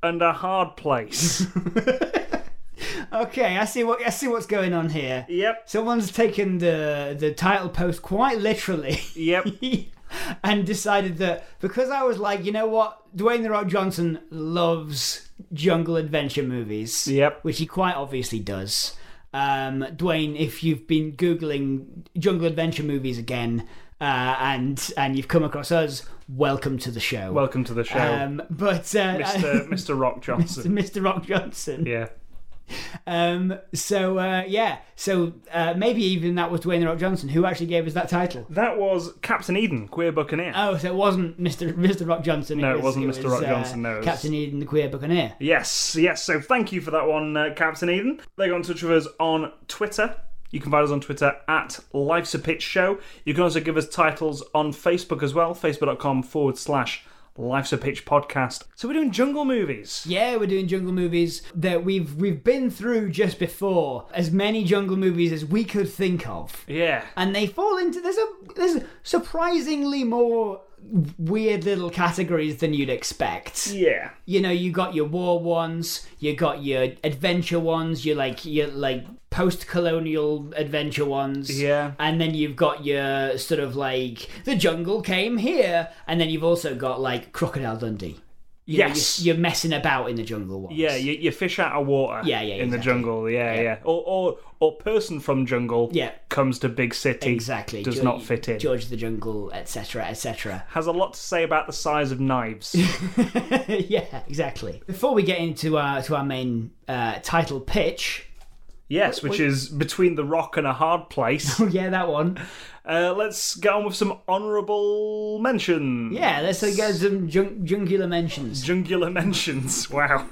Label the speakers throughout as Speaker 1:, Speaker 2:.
Speaker 1: and a Hard Place.
Speaker 2: Okay, I see what I see what's going on here.
Speaker 1: yep,
Speaker 2: Someone's taken the the title post quite literally
Speaker 1: yep.
Speaker 2: and decided that because I was like, you know what, Dwayne the Rock Johnson loves jungle adventure movies.
Speaker 1: Yep.
Speaker 2: Which he quite obviously does. Um, Dwayne, if you've been googling jungle adventure movies again, uh, and and you've come across us, welcome to the show.
Speaker 1: Welcome to the show,
Speaker 2: um, but uh,
Speaker 1: Mr. Mr. Rock Johnson.
Speaker 2: Mr. Rock Johnson.
Speaker 1: Yeah.
Speaker 2: Um, so uh, yeah, so uh, maybe even that was Dwayne The Rock Johnson who actually gave us that title.
Speaker 1: That was Captain Eden, Queer Buccaneer.
Speaker 2: Oh, so it wasn't Mr. Mr. Rock Johnson.
Speaker 1: No, it wasn't Mr. Rock Johnson, no, it was-
Speaker 2: uh, Captain Eden, the queer buccaneer.
Speaker 1: Yes, yes. So thank you for that one, uh, Captain Eden. They got in touch with us on Twitter. You can find us on Twitter at Life's a Pitch Show. You can also give us titles on Facebook as well, facebook.com forward slash Life's a Pitch Podcast. So we're doing jungle movies.
Speaker 2: Yeah, we're doing jungle movies that we've we've been through just before. As many jungle movies as we could think of,
Speaker 1: Yeah.
Speaker 2: and they fall into there's a there's surprisingly more weird little categories than you'd expect.
Speaker 1: Yeah.
Speaker 2: you know you got your war ones you got your adventure ones you like your like post-colonial adventure ones
Speaker 1: Yeah.
Speaker 2: and then you've got your sort of like the jungle came here and then you've also got like crocodile dundee You know,
Speaker 1: Yes.
Speaker 2: you're, you're messing about in the jungle ones
Speaker 1: Yeah, you, you fish out of water.
Speaker 2: Yeah, yeah,
Speaker 1: in the
Speaker 2: exactly.
Speaker 1: jungle. Yeah, yeah.
Speaker 2: Yeah.
Speaker 1: Or, or or person from jungle.
Speaker 2: Yeah.
Speaker 1: comes to big city.
Speaker 2: exactly
Speaker 1: Does
Speaker 2: Geor-
Speaker 1: not fit in.
Speaker 2: george the jungle etc etc
Speaker 1: Has a lot to say about the size of knives.
Speaker 2: yeah exactly before we get into our to our main uh, title pitch
Speaker 1: yes, which is between the rock and a hard place.
Speaker 2: oh yeah that one
Speaker 1: Uh, let's get on with some honourable mentions.
Speaker 2: yeah let's uh, get some jun- jungular mentions
Speaker 1: Jungular mentions. Wow.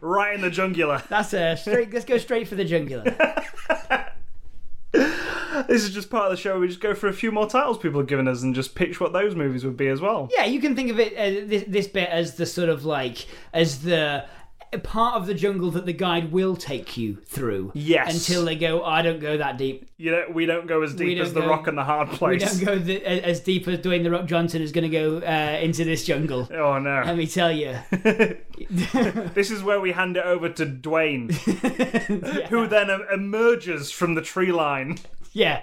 Speaker 1: right in the jungular.
Speaker 2: That's a straight. let's go straight for the jungular.
Speaker 1: This is just part of the show. Where we just go for a few more titles people have given us and just pitch what those movies would be as well.
Speaker 2: yeah, you can think of it uh, this, this bit as the sort of like as the part of the jungle that the guide will take you through.
Speaker 1: Yes.
Speaker 2: Until they go, I don't go that deep.
Speaker 1: You know, we don't go as deep
Speaker 2: don't
Speaker 1: as the
Speaker 2: go-
Speaker 1: rock and the hard
Speaker 2: We
Speaker 1: place.
Speaker 2: don't go the, a- as deep as Dwayne the Rock Johnson is going to go uh, into this jungle.
Speaker 1: Oh no!
Speaker 2: Let me tell you.
Speaker 1: this is where we hand it over to Dwayne, who then em- emerges from the tree line
Speaker 2: Yeah,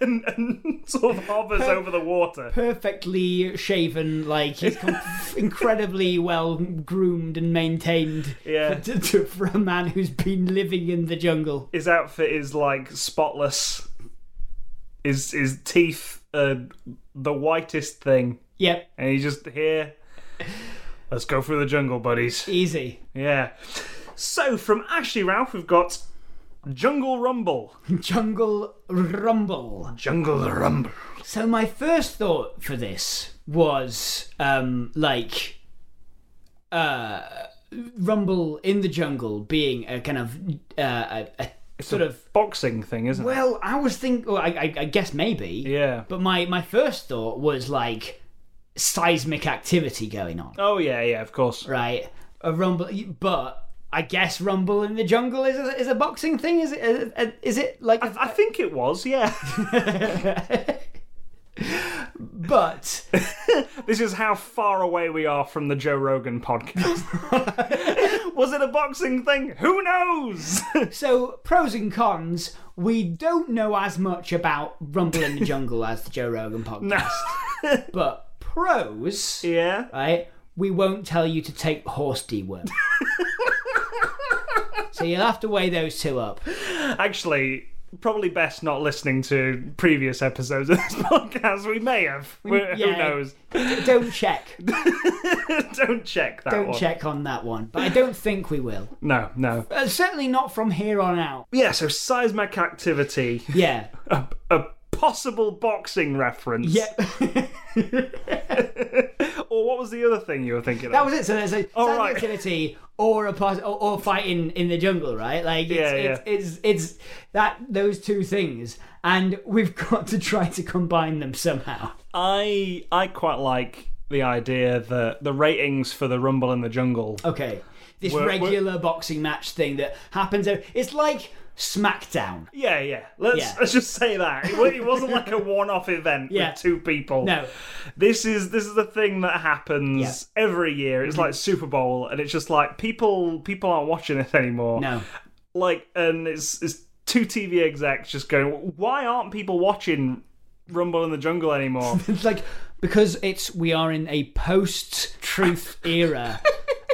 Speaker 1: and, and sort of hovers over the water.
Speaker 2: perfectly shaven, like he's com- incredibly well groomed and maintained.
Speaker 1: Yeah.
Speaker 2: To, to- for a man who's been living in the jungle.
Speaker 1: his outfit is like spotless. His his teeth are the whitest thing,
Speaker 2: Yep.
Speaker 1: and he's just here. Let's go through the jungle, buddies.
Speaker 2: Easy.
Speaker 1: Yeah. So from Ashley Ralph, we've got Jungle Rumble.
Speaker 2: Jungle Rumble.
Speaker 1: Jungle Rumble.
Speaker 2: So my first thought for this was um like uh Rumble in the jungle being a kind of uh, a, a sort of
Speaker 1: Boxing thing, isn't it?
Speaker 2: well, I was thinking. Well, I, I, I guess maybe.
Speaker 1: Yeah.
Speaker 2: But my my first thought was like seismic activity going on,
Speaker 1: Oh yeah, yeah, of course.
Speaker 2: right? A rumble, but I guess rumble in the jungle is a, is a boxing thing. Is it is it like a
Speaker 1: I think it was, yeah.
Speaker 2: but
Speaker 1: this is how far away we are from the Joe Rogan podcast. was it a boxing thing? Who knows?
Speaker 2: So pros and cons. We don't know as much about Rumble in the Jungle as the Joe Rogan podcast, but pros,
Speaker 1: yeah.
Speaker 2: right? We won't tell you to take horse deworm. so you'll have to weigh those two up.
Speaker 1: Actually, probably best not listening to previous episodes of this podcast. We may have. We- Who
Speaker 2: yeah.
Speaker 1: knows?
Speaker 2: Don't check.
Speaker 1: Don't check that
Speaker 2: Don't
Speaker 1: one.
Speaker 2: check on that one. But I don't think we will.
Speaker 1: No, no.
Speaker 2: Uh, certainly not from here on out.
Speaker 1: Yeah, so seismic activity,
Speaker 2: Yeah.
Speaker 1: a, a possible boxing reference.
Speaker 2: Yep.
Speaker 1: Or what was the other thing you were thinking
Speaker 2: That
Speaker 1: of?
Speaker 2: was it. So there's a
Speaker 1: Oh,
Speaker 2: silent
Speaker 1: right.
Speaker 2: activity or a pos- or, or fighting in the jungle, right? Like it's,
Speaker 1: Yeah,
Speaker 2: it's, it's it's that those two things, and we've got to try to combine them somehow.
Speaker 1: I I quite like the idea that the ratings for the Rumble in the Jungle.
Speaker 2: Okay, this
Speaker 1: We're- we're-
Speaker 2: regular boxing match thing that happens. ev- It's like SmackDown.
Speaker 1: Yeah, yeah. Let's
Speaker 2: Yeah.
Speaker 1: let's just say that it, wa- it wasn't like a one-off event
Speaker 2: Yeah.
Speaker 1: with two people.
Speaker 2: No.
Speaker 1: this is this is the thing that happens
Speaker 2: Yeah. Mm-hmm.
Speaker 1: every year. It's like Super Bowl, and it's just like people people aren't watching it anymore.
Speaker 2: No.
Speaker 1: like, and it's it's two TV execs just going, why aren't people watching Rumble in the Jungle anymore?
Speaker 2: It's like because it's we are in a post-truth era,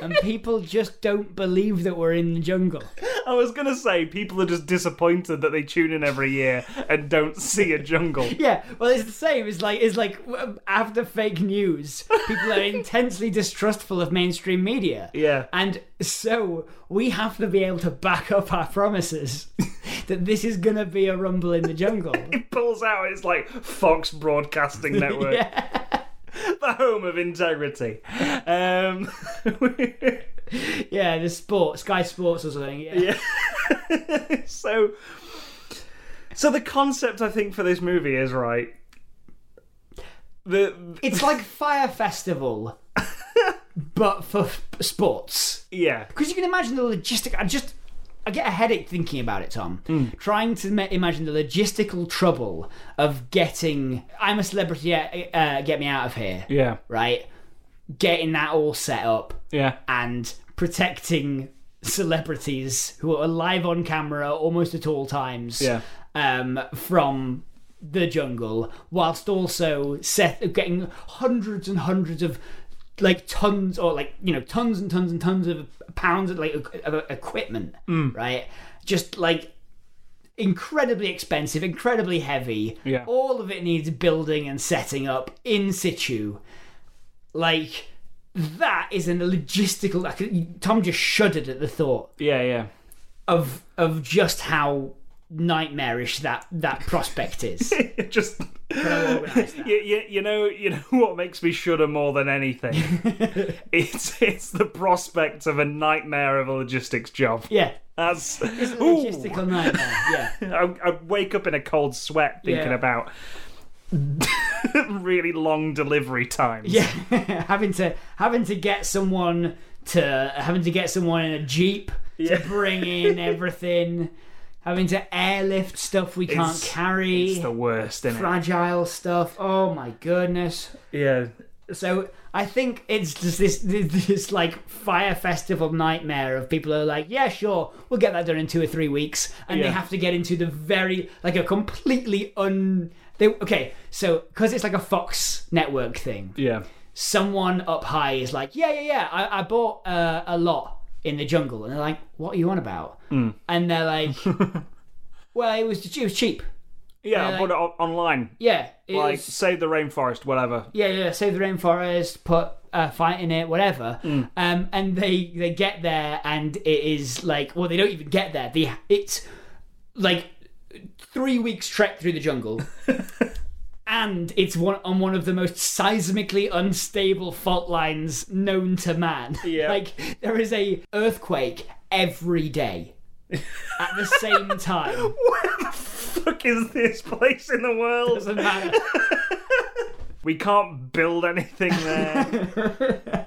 Speaker 2: and people just don't believe that we're in the jungle.
Speaker 1: I was gonna say people are just disappointed that they tune in every year and don't see a jungle.
Speaker 2: Yeah, well, it's the same. It's like it's like um, after fake news, people are intensely distrustful of mainstream media.
Speaker 1: Yeah.
Speaker 2: and so we have to be able to back up our promises that this is gonna be a rumble in the jungle.
Speaker 1: It pulls out. It's like Fox Broadcasting Network. The home of integrity. Um,
Speaker 2: yeah, the sport, Sky Sports or something. Yeah, yeah.
Speaker 1: so, so the concept I think for this movie is right. The
Speaker 2: it's like Fire Festival, but for f- sports.
Speaker 1: yeah,
Speaker 2: Because you can imagine the logistic. I just, I get a headache thinking about it, Tom. Trying to ma- imagine the logistical trouble of getting. I'm a celebrity. yeah, Uh, get me out of here.
Speaker 1: yeah,
Speaker 2: Right. Getting that all set up
Speaker 1: yeah.
Speaker 2: and protecting celebrities who are live on camera almost at all times.
Speaker 1: Yeah.
Speaker 2: Um, from the jungle, whilst also set getting hundreds and hundreds of like tons or like you know tons and tons and tons of pounds of like of equipment, right? Just like incredibly expensive, incredibly heavy.
Speaker 1: Yeah.
Speaker 2: All of it needs building and setting up in situ. Like that is an logistical. I could, Tom just shuddered at the thought
Speaker 1: Yeah, yeah.
Speaker 2: of of just how nightmarish that that prospect is.
Speaker 1: It just
Speaker 2: How organised that.
Speaker 1: you, you, you know you know what makes me shudder more than anything. it's it's the prospect of a nightmare of a logistics job.
Speaker 2: yeah.
Speaker 1: That's Ooh.
Speaker 2: Logistical nightmare. Yeah.
Speaker 1: I, I wake up in a cold sweat thinking
Speaker 2: Yeah.
Speaker 1: about really long delivery times.
Speaker 2: Yeah, having to having to get someone to having to get someone in a jeep
Speaker 1: Yeah.
Speaker 2: to bring in everything, having to airlift stuff we can't
Speaker 1: It's-
Speaker 2: carry,
Speaker 1: It's the worst, is
Speaker 2: fragile stuff. Oh my goodness!
Speaker 1: Yeah.
Speaker 2: So I think it's just this this, this like fire festival nightmare of people who are like, yeah, sure, we'll get that done in two or three weeks, and they
Speaker 1: Yeah.
Speaker 2: have to get into the very like a completely un. They, okay, so because it's like a Fox network thing
Speaker 1: Yeah.
Speaker 2: someone up high is like, yeah, yeah, yeah, I, I bought uh, a lot in the jungle, and they're like, what are you on about? And they're like, well, it was it was cheap,
Speaker 1: Yeah,
Speaker 2: Yeah,
Speaker 1: I put it on- online.
Speaker 2: yeah, it
Speaker 1: Like,
Speaker 2: was-
Speaker 1: save the rainforest, whatever.
Speaker 2: yeah, yeah, save the rainforest, put uh, fight in it, whatever. Um, and they they get there, and it is like, well, they don't even get there. They it's like three weeks trek through the jungle. And it's one on one of the most seismically unstable fault lines known to man.
Speaker 1: Yeah.
Speaker 2: Like there is a earthquake every day at the same time.
Speaker 1: Where the fuck is this place in the world?
Speaker 2: Doesn't matter.
Speaker 1: We can't build anything there.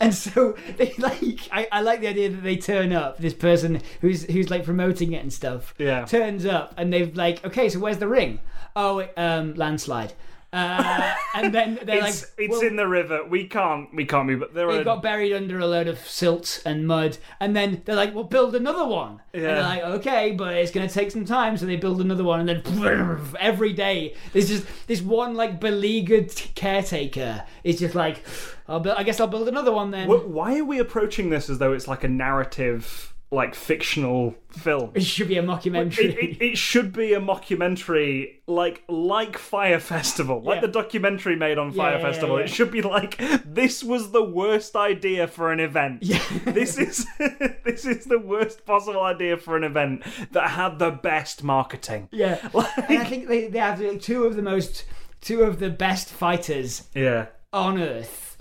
Speaker 2: And so they like I, I like the idea that they turn up, this person who's who's like promoting it and stuff.
Speaker 1: Yeah.
Speaker 2: Turns up and they've like, okay, so where's the ring? Oh it- um landslide. Uh, and then they're
Speaker 1: it's
Speaker 2: like
Speaker 1: it's in the river. We can't we can't move. There
Speaker 2: they
Speaker 1: are
Speaker 2: got buried under a load of silt and mud, and then they're like, "We'll build another one." And they're
Speaker 1: Yeah.
Speaker 2: like, "Okay, but it's going to take some time." So they build another one, and then every day there's just this one like beleaguered caretaker is just like, I'll bu- "I guess I'll build another one then."
Speaker 1: Wh- Why are we approaching this as though it's like a narrative like fictional film.
Speaker 2: It should be a mockumentary.
Speaker 1: It, it, it should be a mockumentary, like like Fire Festival, like
Speaker 2: Yeah.
Speaker 1: the documentary made on Fire
Speaker 2: yeah,
Speaker 1: Festival.
Speaker 2: yeah.
Speaker 1: It should be like this was the worst idea for an event.
Speaker 2: Yeah.
Speaker 1: this is this is the worst possible idea for an event that had the best marketing.
Speaker 2: yeah. and I think they, they have like, two of the most, two of the best fighters
Speaker 1: Yeah,
Speaker 2: on earth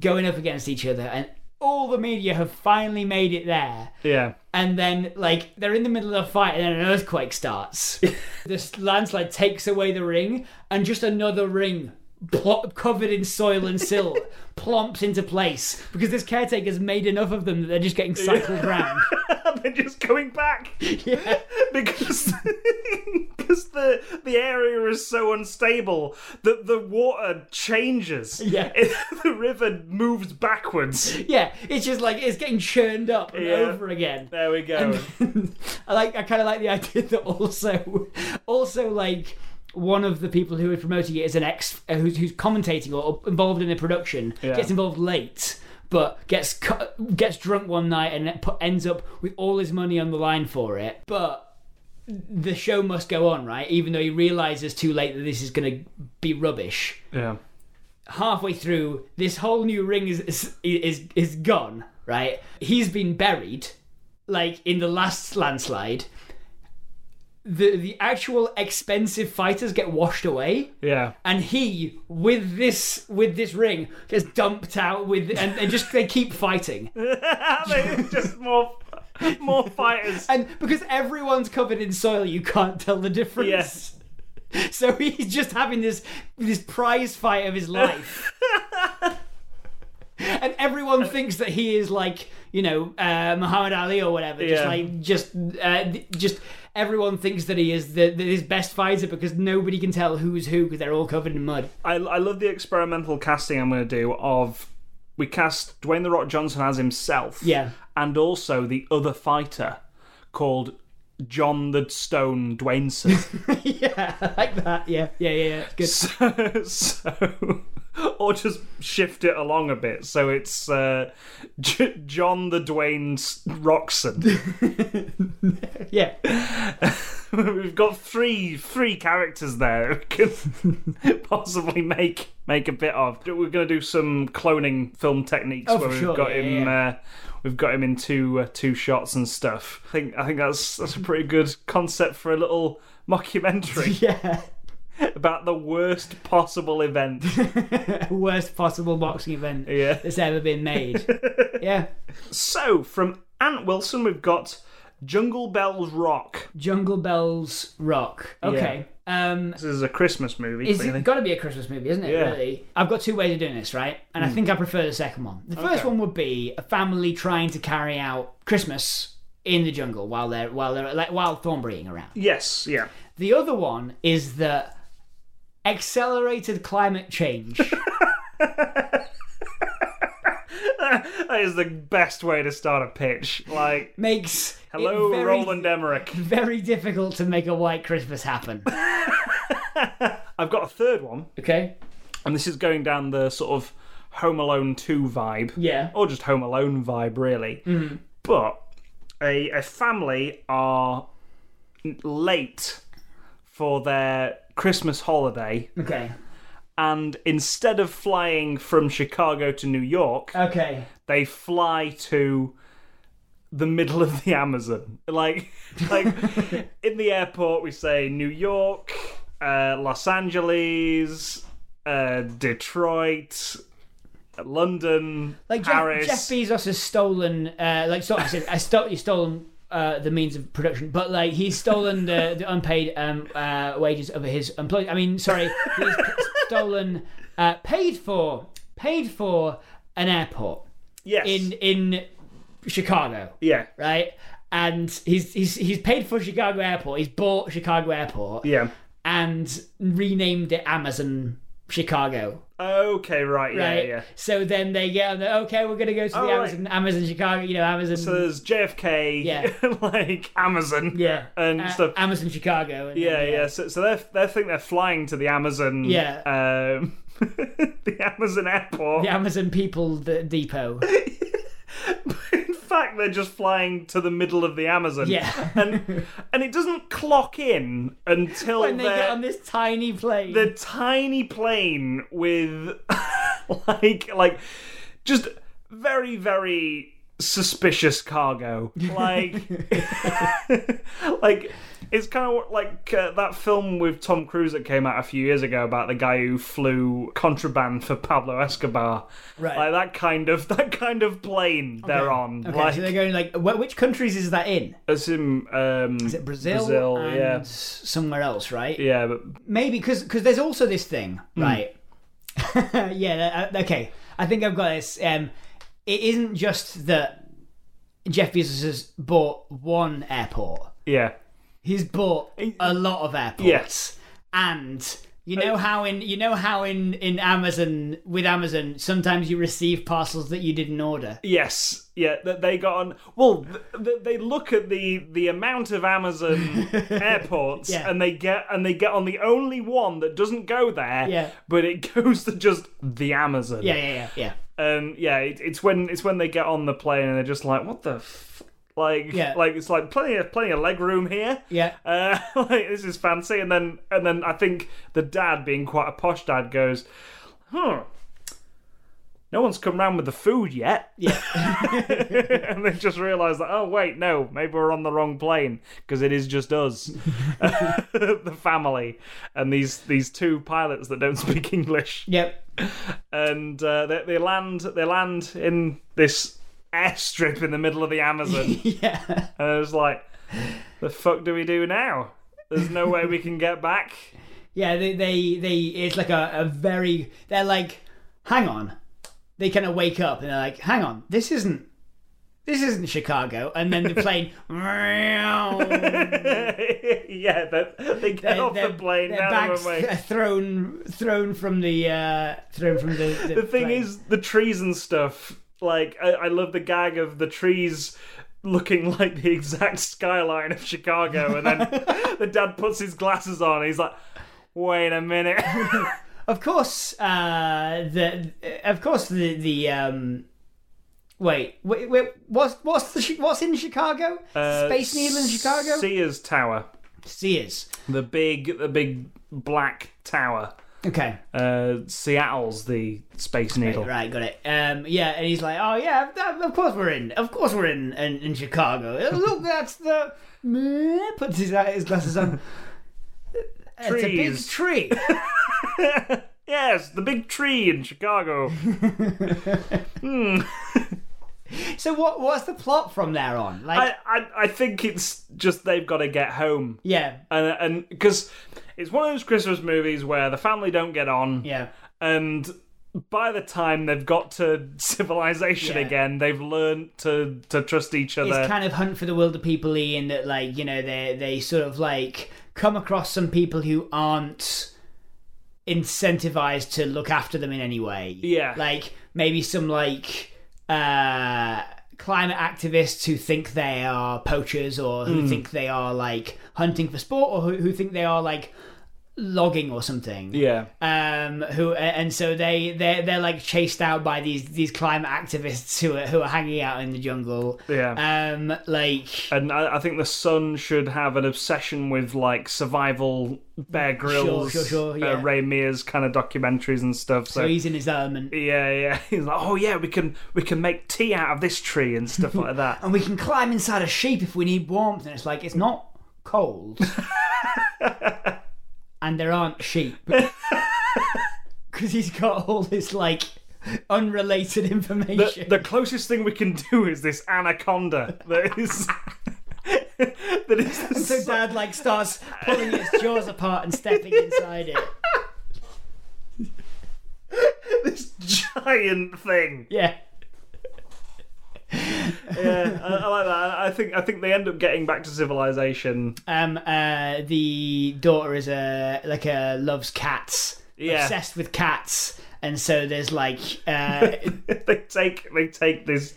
Speaker 2: going up against each other, and all the media have finally made it there.
Speaker 1: yeah.
Speaker 2: And then, like, they're in the middle of a fight, and then an earthquake starts. this landslide takes away the ring, and just another ring, pl- covered in soil and silt, plomps into place because this caretaker's made enough of them that they're just getting cycled round.
Speaker 1: They're just going back
Speaker 2: Yeah.
Speaker 1: because because the the area is so unstable that the water changes.
Speaker 2: Yeah.
Speaker 1: the river moves backwards.
Speaker 2: Yeah, it's just like it's getting churned up and
Speaker 1: Yeah.
Speaker 2: over again.
Speaker 1: There we go.
Speaker 2: I like I kind of like the idea that also also like one of the people who is promoting it is an ex uh, who's, who's commentating or involved in the production
Speaker 1: Yeah.
Speaker 2: gets involved late but gets cu- gets drunk one night and it pu- ends up with all his money on the line for it but the show must go on right even though he realizes too late that this is going to be rubbish
Speaker 1: yeah.
Speaker 2: halfway through, this whole new ring is is is, is gone. Right? He's been buried, like in the last landslide. The the actual expensive fighters get washed away,
Speaker 1: Yeah.
Speaker 2: and he with this with this ring gets dumped out with and, and just they keep fighting,
Speaker 1: They- just more more fighters.
Speaker 2: and because everyone's covered in soil, you can't tell the difference.
Speaker 1: Yes.
Speaker 2: So he's just having this this prize fight of his life. and everyone thinks that he is like, you know, uh, Muhammad Ali or whatever. Just
Speaker 1: Yeah.
Speaker 2: like just uh, th- just everyone thinks that he is the, the his best fighter because nobody can tell who's who because they're all covered in mud.
Speaker 1: I, I love the experimental casting I'm going to do of we cast Dwayne the Rock Johnson as himself.
Speaker 2: Yeah.
Speaker 1: And also the other fighter called John the Stone Dwayneson.
Speaker 2: yeah, I like that. Yeah, yeah, yeah. yeah. It's good.
Speaker 1: so, so or just shift it along a bit so it's uh, J- John the Dwayne S- Roxon.
Speaker 2: Yeah,
Speaker 1: We've got three three characters there we could possibly make make a bit of. We're going to do some cloning film techniques
Speaker 2: Oh,
Speaker 1: where
Speaker 2: for
Speaker 1: we've
Speaker 2: sure,
Speaker 1: got
Speaker 2: yeah,
Speaker 1: him.
Speaker 2: yeah.
Speaker 1: Uh, we've got him in two uh, two shots and stuff. I think I think that's that's a pretty good concept for a little mockumentary
Speaker 2: yeah.
Speaker 1: about the worst possible event.
Speaker 2: Worst possible boxing event
Speaker 1: Yeah.
Speaker 2: that's ever been made. yeah,
Speaker 1: So from Ant Wilson, we've got Jungle Bells Rock.
Speaker 2: Jungle Bells Rock. Okay. Um,
Speaker 1: This is a Christmas movie.
Speaker 2: It's
Speaker 1: clearly.
Speaker 2: got to be a Christmas movie, isn't it?
Speaker 1: Yeah. Hmm.
Speaker 2: Really, I've got two ways of doing this, right? And I think I prefer the second one. The first one would be a family trying to carry out Christmas in the jungle while they're while they're like wild thornberrying around.
Speaker 1: Yes, yeah.
Speaker 2: The other one is the accelerated climate change.
Speaker 1: That is the best way to start a pitch. Like
Speaker 2: makes
Speaker 1: Hello,
Speaker 2: it very,
Speaker 1: Roland Emmerich.
Speaker 2: Very difficult to make a white Christmas happen.
Speaker 1: I've got a third one,
Speaker 2: Okay.
Speaker 1: and this is going down the sort of Home Alone 2 vibe,
Speaker 2: Yeah.
Speaker 1: or just Home Alone vibe, really.
Speaker 2: Mm-hmm.
Speaker 1: But a, a family are n- late for their Christmas holiday,
Speaker 2: Okay.
Speaker 1: and instead of flying from Chicago to New York,
Speaker 2: Okay.
Speaker 1: they fly to the middle of the Amazon. Like, like in the airport, we say New York, uh, Los Angeles, uh, Detroit, London,
Speaker 2: Like Jeff,
Speaker 1: Paris.
Speaker 2: Jeff Bezos has stolen, uh, like sort of said, I stole, he's stolen uh, the means of production, but like he's stolen the, the unpaid um, uh, wages of his employees. I mean, sorry, he's p- stolen, uh, paid for, paid for an airport
Speaker 1: yes.
Speaker 2: in in Chicago,
Speaker 1: yeah.
Speaker 2: right? And he's he's he's paid for Chicago Airport. He's bought Chicago Airport
Speaker 1: Yeah.
Speaker 2: and renamed it Amazon Chicago
Speaker 1: Okay. Right. Yeah.
Speaker 2: right?
Speaker 1: Yeah.
Speaker 2: So then they get on the okay, we're gonna go to the
Speaker 1: Oh, right.
Speaker 2: Amazon, Amazon Chicago, you know, Amazon,
Speaker 1: So there's JFK.
Speaker 2: Yeah.
Speaker 1: like Amazon.
Speaker 2: yeah,
Speaker 1: And
Speaker 2: A-
Speaker 1: stuff.
Speaker 2: Amazon Chicago, and, uh,
Speaker 1: yeah, yeah. So, so they they think they're flying to the Amazon.
Speaker 2: Yeah.
Speaker 1: Um, the Amazon airport.
Speaker 2: the Amazon People the Depot.
Speaker 1: In fact they're just flying to the middle of the Amazon.
Speaker 2: Yeah.
Speaker 1: And and it doesn't clock in until
Speaker 2: when they
Speaker 1: they're-
Speaker 2: get on this tiny plane.
Speaker 1: the tiny plane with like like just very very suspicious cargo like like it's kind of like uh, that film with Tom Cruise that came out a few years ago about the guy who flew contraband for Pablo Escobar
Speaker 2: Right.
Speaker 1: like that kind of that kind of plane they're on
Speaker 2: Okay,
Speaker 1: like
Speaker 2: so they're going like, wh- which countries is that in?
Speaker 1: it's in um
Speaker 2: Is it Brazil?
Speaker 1: Brazil
Speaker 2: and
Speaker 1: yeah
Speaker 2: somewhere else, right?
Speaker 1: yeah Hmm. but
Speaker 2: Maybe because there's also this thing, right? yeah. uh, Okay. I think I've got this. Um, it isn't just that Jeff Bezos has bought one airport.
Speaker 1: yeah
Speaker 2: He's bought a lot of airports.
Speaker 1: yes
Speaker 2: and you know how in you know how in in Amazon with Amazon sometimes you receive parcels that you didn't order.
Speaker 1: Yes, yeah, that they got on. Well, th- th- they look at the the amount of Amazon airports,
Speaker 2: Yeah.
Speaker 1: and they get and they get on the only one that doesn't go there.
Speaker 2: Yeah.
Speaker 1: but it goes to just the Amazon.
Speaker 2: Yeah, yeah, yeah, yeah.
Speaker 1: um, yeah. It, it's when it's when they get on the plane and they're just like, what the. F-? Like,
Speaker 2: Yeah.
Speaker 1: like it's like plenty of plenty of leg room here.
Speaker 2: Yeah.
Speaker 1: uh, like this is fancy. And then and then I think the dad, being quite a posh dad, goes, "Huh, no one's come round with the food yet." and they just realised that, oh, wait, no, maybe we're on the wrong plane because it is just us, the family, and these, these two pilots that don't speak English.
Speaker 2: Yep.
Speaker 1: And uh, they, they, land, they land in this airstrip in the middle of the Amazon.
Speaker 2: Yeah.
Speaker 1: and I was like, the fuck do we do now? There's no way we can get back.
Speaker 2: Yeah, they they, they it's like a, a very they're like, hang on. They kinda wake up and they're like, hang on, this isn't this isn't Chicago and then the plane
Speaker 1: yeah, they, they get
Speaker 2: They're-
Speaker 1: off the
Speaker 2: they're-
Speaker 1: plane.
Speaker 2: their
Speaker 1: Now they're
Speaker 2: bags
Speaker 1: awake.
Speaker 2: th- thrown thrown from the uh thrown from the
Speaker 1: the thing
Speaker 2: plane.
Speaker 1: is the trees and stuff like I, I love the gag of the trees looking like the exact skyline of chicago and then the dad puts his glasses on and he's like wait a minute
Speaker 2: Of course, uh, the of course the the um, wait, wait, wait what's what's the, chi- what's in Chicago?
Speaker 1: Uh,
Speaker 2: Space Needle in Chicago.
Speaker 1: sears tower
Speaker 2: Sears.
Speaker 1: the big the big black tower
Speaker 2: Okay,
Speaker 1: uh, seattle's the space needle
Speaker 2: right, got it. Um, yeah, and he's like, oh yeah, of- of course we're in, of course we're in in, in Chicago. Oh, Look, that's the Meh, puts his uh, his glasses on. It's a big
Speaker 1: Trees.
Speaker 2: tree.
Speaker 1: yes the big tree in chicago
Speaker 2: so what? What's the plot from there on? Like,
Speaker 1: I, I, I think it's just they've got to get home
Speaker 2: yeah,
Speaker 1: and and because it's one of those Christmas movies where the family don't get on,
Speaker 2: yeah.
Speaker 1: and by the time they've got to civilization
Speaker 2: Yeah.
Speaker 1: again, they've learned to to trust each other.
Speaker 2: it's kind of hunt for the wilder people in that like you know they they sort of like come across some people who aren't incentivized to look after them in any way
Speaker 1: Yeah.
Speaker 2: like maybe some like uh climate activists who think they are poachers or who
Speaker 1: Hmm.
Speaker 2: think they are like hunting for sport or who, who think they are like logging or something
Speaker 1: yeah,
Speaker 2: um, who and so they they they're like chased out by these these climate activists who are who are hanging out in the jungle.
Speaker 1: Yeah.
Speaker 2: Um, like
Speaker 1: and I, I think the son should have an obsession with like survival, Bear Grylls,
Speaker 2: sure, sure,
Speaker 1: uh,
Speaker 2: yeah.
Speaker 1: Ray Mears kind of documentaries and stuff. So.
Speaker 2: so he's in his element,
Speaker 1: yeah, yeah. He's like, oh yeah, we can we can make tea out of this tree and stuff like that.
Speaker 2: and we can climb inside a sheep if we need warmth. And it's like it's not cold, and there aren't sheep because he's got all this like unrelated information.
Speaker 1: The, the closest thing we can do is this anaconda that is that is the
Speaker 2: so
Speaker 1: son-
Speaker 2: dad like starts pulling its jaws apart and stepping inside it.
Speaker 1: this giant thing.
Speaker 2: Yeah.
Speaker 1: Yeah, I, I like that. I think I think they end up getting back to civilization.
Speaker 2: Um, uh, the daughter is a like a loves cats,
Speaker 1: Yeah.
Speaker 2: obsessed with cats, and so there's like uh,
Speaker 1: they take they take this.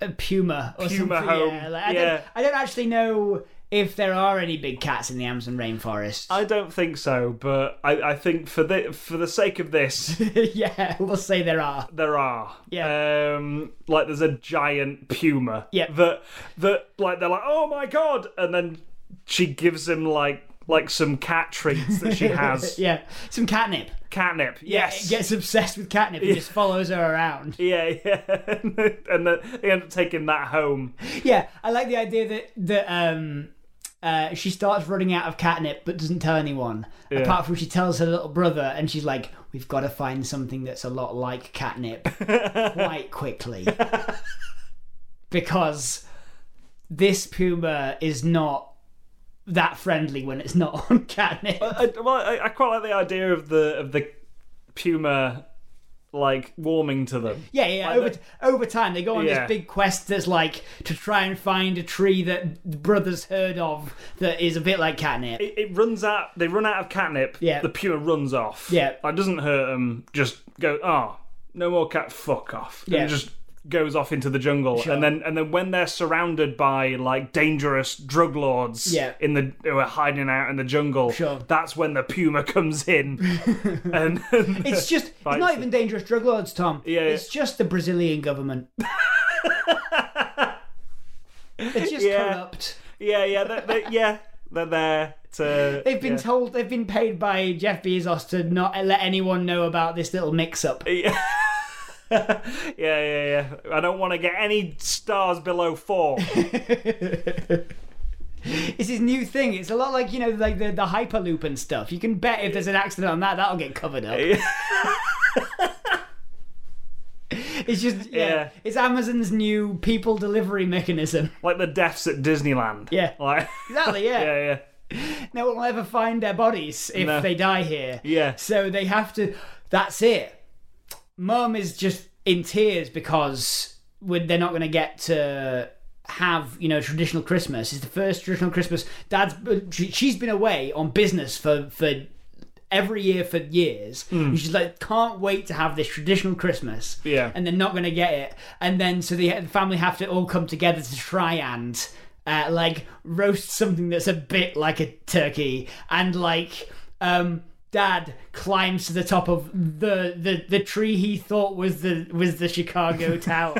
Speaker 2: a puma or
Speaker 1: Puma
Speaker 2: something.
Speaker 1: home,
Speaker 2: Yeah, like, I,
Speaker 1: yeah.
Speaker 2: don't, I don't actually know if there are any big cats in the Amazon rainforest.
Speaker 1: I don't think so, but I, I think for the for the sake of this,
Speaker 2: yeah, we'll say there are.
Speaker 1: there are.
Speaker 2: Yeah.
Speaker 1: Um, like there's a giant puma.
Speaker 2: Yeah.
Speaker 1: That that like they're like, oh my god, and then she gives him like like some cat treats that she has.
Speaker 2: Yeah, some catnip.
Speaker 1: Catnip. Yes.
Speaker 2: It gets obsessed with catnip and just follows her around.
Speaker 1: Yeah, yeah. and then they end up taking that home.
Speaker 2: Yeah, I like the idea that that um, uh, she starts running out of catnip but doesn't tell anyone. Apart from she tells her little brother, and she's like, "We've got to find something that's a lot like catnip quite quickly," because this puma is not that friendly when it's not on catnip.
Speaker 1: I, well, I, I quite like the idea of the of the puma like warming to them.
Speaker 2: Yeah, yeah.
Speaker 1: Like
Speaker 2: over,
Speaker 1: the-
Speaker 2: over time, they go on
Speaker 1: Yeah.
Speaker 2: this big quest that's like to try and find a tree that the brothers heard of that is a bit like catnip.
Speaker 1: It, it runs out. They run out of catnip.
Speaker 2: Yeah.
Speaker 1: The puma runs off.
Speaker 2: Yeah.
Speaker 1: Like doesn't hurt them. Just go. Oh, no more cat. Fuck off.
Speaker 2: Yeah.
Speaker 1: And just goes off into the jungle
Speaker 2: Sure.
Speaker 1: and then and then when they're surrounded by like dangerous drug lords
Speaker 2: Yeah.
Speaker 1: in the who are hiding out in the jungle
Speaker 2: Sure.
Speaker 1: that's when the puma comes in and,
Speaker 2: It's just it's
Speaker 1: Right.
Speaker 2: not even dangerous drug lords, Tom.
Speaker 1: Yeah, yeah.
Speaker 2: It's just the Brazilian government. it's just
Speaker 1: Yeah.
Speaker 2: corrupt.
Speaker 1: yeah yeah they they- yeah they're there to
Speaker 2: They've been
Speaker 1: yeah.
Speaker 2: told they've been paid by Jeff Bezos to not let anyone know about this little mix up.
Speaker 1: Yeah. yeah, yeah, yeah. I don't want to get any stars below four.
Speaker 2: It's his new thing. It's a lot like, you know, like the, the hyperloop and stuff. You can bet if there's an accident on that, that'll get covered up. It's just yeah,
Speaker 1: Yeah.
Speaker 2: It's Amazon's new people delivery mechanism.
Speaker 1: like the deaths at Disneyland.
Speaker 2: Yeah.
Speaker 1: Like,
Speaker 2: Exactly, yeah.
Speaker 1: Oh. yeah, yeah.
Speaker 2: No one will ever find their bodies if
Speaker 1: No.
Speaker 2: they die here.
Speaker 1: Yeah.
Speaker 2: So they have to. That's it. Mum is just in tears because we're- they're not going to get to have you know traditional Christmas. It's the first traditional Christmas. Dad's she- she's been away on business for for every year for years. And she's like, can't wait to have this traditional Christmas.
Speaker 1: Yeah.
Speaker 2: And they're not going to get it. And then so the, the family have to all come together to try and uh, like roast something that's a bit like a turkey and like um dad climbs to the top of the the, the tree he thought was the was the Chicago Tower.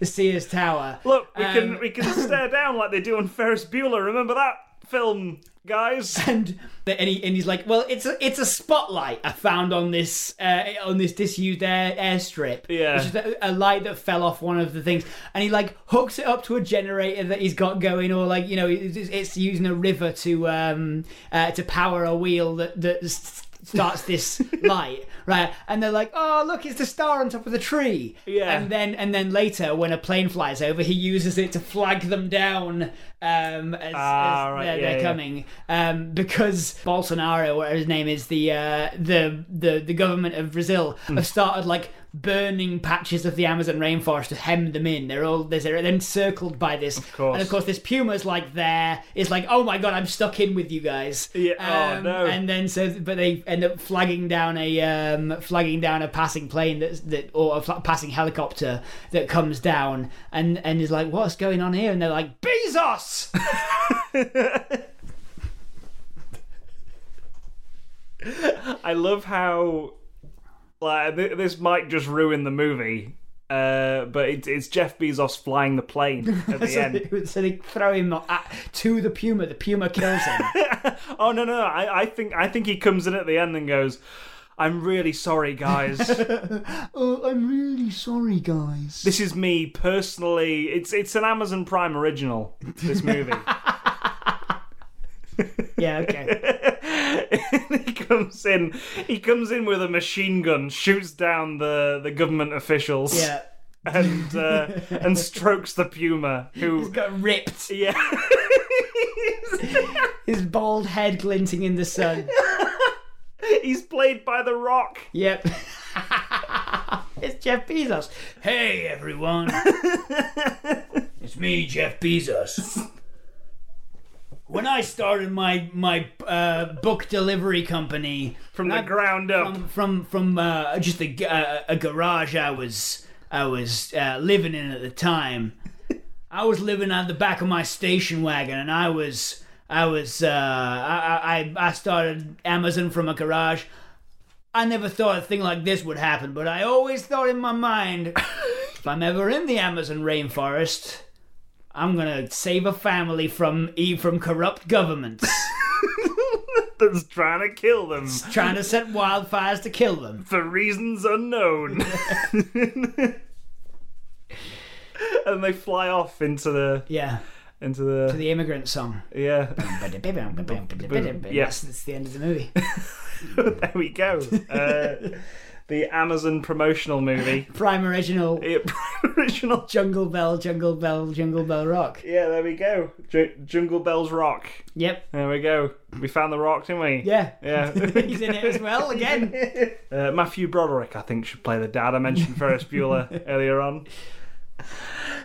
Speaker 2: The Sears Tower.
Speaker 1: Look, we can
Speaker 2: Um,
Speaker 1: we can stare down like they do on Ferris Bueller. Remember that film, guys?
Speaker 2: and and, he, and he's like, well, it's a it's a spotlight I found on this uh, on this disused air airstrip.
Speaker 1: Yeah.
Speaker 2: it's just a, a light that fell off one of the things, and he like hooks it up to a generator that he's got going, or like you know, it's, it's using a river to um uh, to power a wheel that that s- starts this light, right? And they're like, oh look, it's the star on top of the tree.
Speaker 1: Yeah.
Speaker 2: and then and then later when a plane flies over, he uses it to flag them down. Um, as,
Speaker 1: Ah,
Speaker 2: as
Speaker 1: right,
Speaker 2: they're,
Speaker 1: yeah,
Speaker 2: they're
Speaker 1: yeah.
Speaker 2: coming um, because Bolsonaro, whatever his name is, the uh, the the the government of Brazil
Speaker 1: Hmm.
Speaker 2: have started like burning patches of the Amazon rainforest to hem them in. They're all they're, they're encircled by this,
Speaker 1: course.
Speaker 2: and of course this puma's like there is like oh my god I'm stuck in with you guys. Um,
Speaker 1: Yeah, oh, no.
Speaker 2: And then so but they end up flagging down a um, flagging down a passing plane that's that or a fla- passing helicopter that comes down and and is like what's going on here and they're like Bezos.
Speaker 1: I love how like th- this might just ruin the movie. Uh, but it, it's Jeff Bezos flying the plane at the
Speaker 2: so,
Speaker 1: end.
Speaker 2: they, so they throw him at, to the puma. The puma kills him.
Speaker 1: Oh no, no, no. I, I think I think he comes in at the end and goes, "I'm really sorry, guys.
Speaker 2: oh, I'm really sorry, guys.
Speaker 1: this is me personally. It's it's an Amazon Prime original. This movie."
Speaker 2: Yeah, okay.
Speaker 1: he comes in. He comes in with a machine gun, shoots down the the government officials,
Speaker 2: Yeah,
Speaker 1: and uh, and strokes the puma.
Speaker 2: he's
Speaker 1: Who?
Speaker 2: got ripped.
Speaker 1: Yeah.
Speaker 2: His bald head glinting in the sun.
Speaker 1: He's played by The Rock.
Speaker 2: Yep. it's Jeff Bezos. Hey, everyone. it's me, Jeff Bezos. When I started my my uh, book delivery company
Speaker 1: From the
Speaker 2: I've-
Speaker 1: ground up.
Speaker 2: from from from uh, just a, g- uh, a garage I was I was uh, living in at the time. I was living on the back of my station wagon, and I was, I was, uh, I, I, I started Amazon from a garage. I never thought a thing like this would happen, but I always thought in my mind, if I'm ever in the Amazon rainforest, I'm gonna save a family from e from corrupt governments
Speaker 1: That's trying to kill them
Speaker 2: trying to set wildfires to kill them.
Speaker 1: for reasons unknown. and they fly off into the
Speaker 2: Yeah,
Speaker 1: into the,
Speaker 2: the immigrant song.
Speaker 1: yeah.
Speaker 2: Yes, that's the end of the movie.
Speaker 1: there we go. Uh, the Amazon promotional movie.
Speaker 2: Prime original
Speaker 1: It, original
Speaker 2: Jungle Bell, Jungle Bell, Jungle Bell Rock.
Speaker 1: Yeah, there we go. J- Jungle Bells Rock.
Speaker 2: Yep.
Speaker 1: There we go. We found the rock, didn't we?
Speaker 2: Yeah.
Speaker 1: Yeah.
Speaker 2: He's in it as well again.
Speaker 1: uh, Matthew Broderick, I think, should play the dad. I mentioned Ferris Bueller earlier on.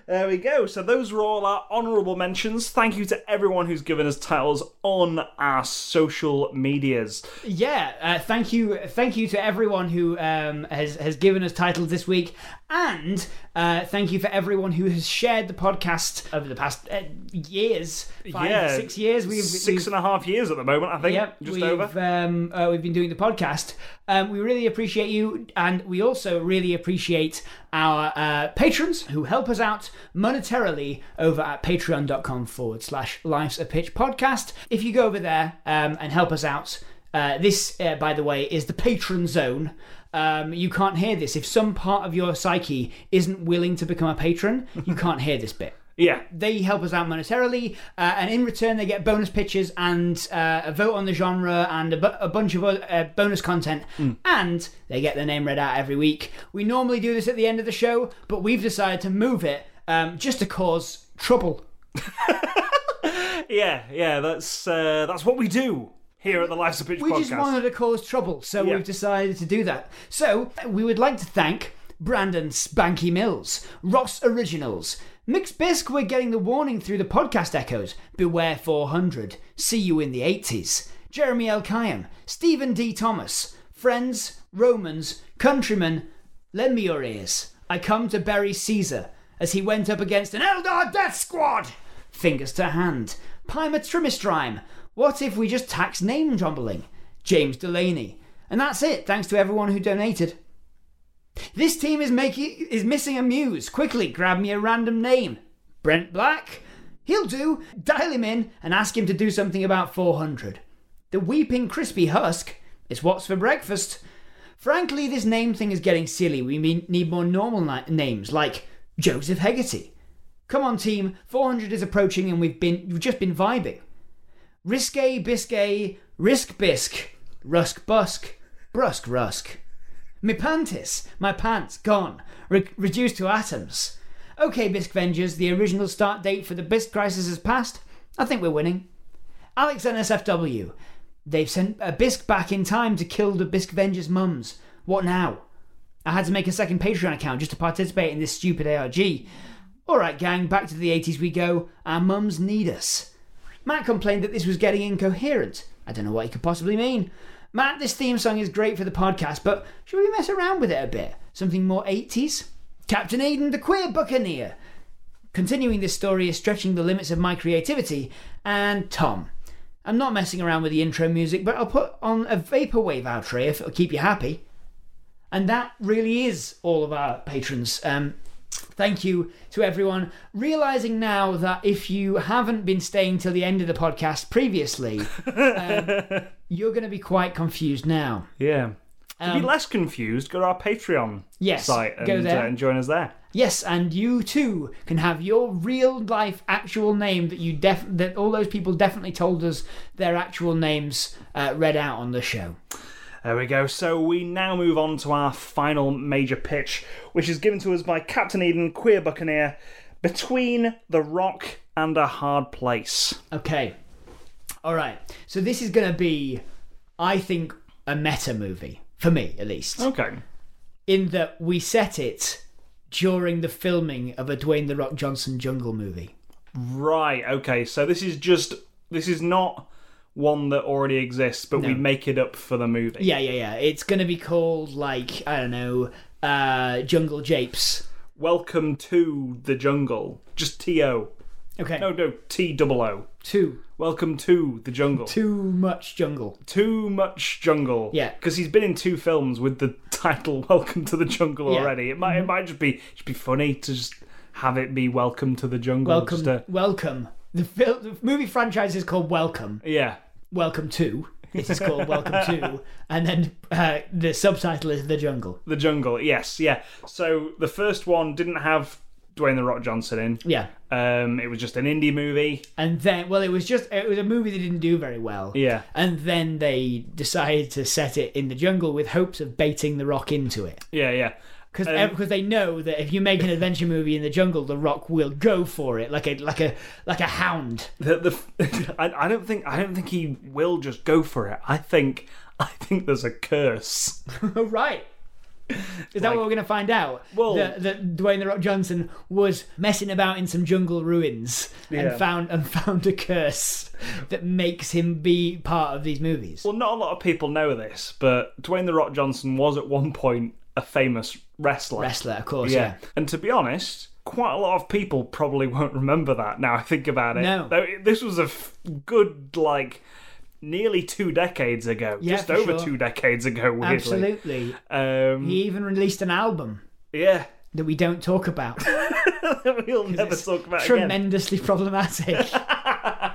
Speaker 1: There we go. So those were all our honourable mentions. Thank you to everyone who's given us titles on our social medias.
Speaker 2: Yeah. Uh, thank you. Thank you to everyone who um, has has given us titles this week, and uh, thank you for everyone who has shared the podcast over the past uh, years. Five,
Speaker 1: Yeah.
Speaker 2: Six years. We've
Speaker 1: Six and a half years at the moment, I think.
Speaker 2: Yep,
Speaker 1: just
Speaker 2: we've,
Speaker 1: over.
Speaker 2: Um, uh, we've been doing the podcast. Um, we really appreciate you, and we also really appreciate our uh, patrons who help us out monetarily over at patreon.com forward slash life's a pitch podcast. If you go over there um, and help us out, uh, this, uh, by the way, is the patron zone. Um, you can't hear this. If some part of your psyche isn't willing to become a patron, you can't hear this bit
Speaker 1: Yeah.
Speaker 2: they help us out monetarily, uh, and in return they get bonus pitches and uh, a vote on the genre and a, bu- a bunch of other, uh, bonus content, and they get their name read out every week. We normally do this at the end of the show, but we've decided to move it um, just to cause trouble.
Speaker 1: Yeah, yeah, that's uh, that's what we do here at the Life's a Pitch
Speaker 2: We
Speaker 1: podcast.
Speaker 2: just wanted to cause trouble, so
Speaker 1: Yeah.
Speaker 2: we've decided to do that. So we would like to thank Brandon Spanky Mills, Ross Originals, Mixed Bisc. We're getting the warning through the podcast echoes. Beware 400. See you in the 80s. Jeremy L. Kayam, Stephen D. Thomas, Friends, Romans, Countrymen. Lend me your ears. I come to bury Caesar as he went up against an Eldar death squad. Fingers to hand. Pima Trimistrime. What if we just tax name jumbling? James Delaney. And that's it, thanks to everyone who donated. This team is making is missing a muse. Quickly grab me a random name. Brent Black. He'll do. Dial him in and ask him to do something about 400. The Weeping Crispy Husk. It's what's for breakfast. Frankly, this name thing is getting silly. We mean, need more normal ni- names like Joseph Hegarty. Come on, team. 400 is approaching, and we've been we've just been vibing. Risque bisque, risk bisque, rusk busk, brusk rusk. Me pantis, my pants gone, re- reduced to atoms. Okay, Bisque Vengers, the original start date for the Bisque Crisis has passed. I think we're winning. Alex NSFW, they've sent a Bisque back in time to kill the Bisque Vengers mums. What now? I had to make a second Patreon account just to participate in this stupid ARG. Alright, gang, back to the 80s we go. Our mums need us. Matt complained that this was getting incoherent. I don't know what he could possibly mean. Matt, this theme song is great for the podcast, but should we mess around with it a bit? Something more 80s? Captain Eden, the queer buccaneer. Continuing this story is stretching the limits of my creativity. And Tom. I'm not messing around with the intro music, but I'll put on a vaporwave outro if it'll keep you happy. And that really is all of our patrons. Um, thank you to everyone. Realizing now that if you haven't been staying till the end of the podcast previously, um, you're going to be quite confused now.
Speaker 1: Yeah. To be less confused, go to our Patreon
Speaker 2: Um, Yes,
Speaker 1: site and,
Speaker 2: go there.
Speaker 1: Uh, and join us there.
Speaker 2: Yes, and you too can have your real life actual name that you def- that all those people definitely told us their actual names uh, read out on the show.
Speaker 1: There we go. So we now move on to our final major pitch, which is given to us by Captain Eden, Queer Buccaneer, Between the Rock and a Hard Place.
Speaker 2: Okay. All right. So this is going to be I think a meta movie for me at least.
Speaker 1: Okay.
Speaker 2: in that we set it during the filming of a Dwayne the Rock Johnson jungle movie.
Speaker 1: Right, okay. So this is just this is not one that already exists, but we make it up for the movie.
Speaker 2: Yeah, yeah, yeah. It's going to be called like I don't know, uh, Jungle Japes
Speaker 1: Welcome to the Jungle. Just T O.
Speaker 2: Okay.
Speaker 1: No, no, T double O.
Speaker 2: Too
Speaker 1: Welcome to the Jungle.
Speaker 2: too much jungle.
Speaker 1: Too much jungle.
Speaker 2: Yeah.
Speaker 1: because he's been in two films with the title "Welcome to the Jungle"
Speaker 2: Yeah. Mm-hmm.
Speaker 1: already. It might it might just be just be funny to just have it be "Welcome to the Jungle."
Speaker 2: Welcome.
Speaker 1: Just a-
Speaker 2: Welcome. The, fil- the movie franchise is called Welcome.
Speaker 1: yeah,
Speaker 2: Welcome to. It is called Welcome to, and then uh, the subtitle is The Jungle.
Speaker 1: the jungle. Yes, yeah. So the first one didn't have Dwayne the Rock Johnson in.
Speaker 2: Yeah.
Speaker 1: Um, it was just an indie movie.
Speaker 2: And then, well, it was just it was a movie that didn't do very well.
Speaker 1: Yeah.
Speaker 2: And then they decided to set it in the jungle with hopes of baiting the Rock into it,
Speaker 1: Yeah, yeah.
Speaker 2: because
Speaker 1: Um,
Speaker 2: because they know that if you make an adventure movie in the jungle, the Rock will go for it like a like a like a hound.
Speaker 1: The, the I, I don't think I don't think he will just go for it. I think I think there's a curse.
Speaker 2: Oh, right. Is that
Speaker 1: Like-
Speaker 2: what we're going to find out?
Speaker 1: Well-
Speaker 2: that, that Dwayne the Rock Johnson was messing about in some jungle ruins
Speaker 1: Yeah.
Speaker 2: and found and found a curse that makes him be part of these movies.
Speaker 1: Well, not a lot of people know this, but Dwayne the Rock Johnson was at one point a famous wrestler.
Speaker 2: Wrestler, of course.
Speaker 1: Yeah.
Speaker 2: Yeah.
Speaker 1: And to be honest, quite a lot of people probably won't remember that now I think about it.
Speaker 2: No.
Speaker 1: Though it- This was a f- good, like, nearly two decades ago.
Speaker 2: Yeah,
Speaker 1: just
Speaker 2: for
Speaker 1: over
Speaker 2: sure.
Speaker 1: two decades ago, weirdly.
Speaker 2: Absolutely.
Speaker 1: Um,
Speaker 2: He even released an album
Speaker 1: yeah.
Speaker 2: that we don't talk about.
Speaker 1: we'll never
Speaker 2: It's
Speaker 1: talk about it again.
Speaker 2: Tremendously problematic.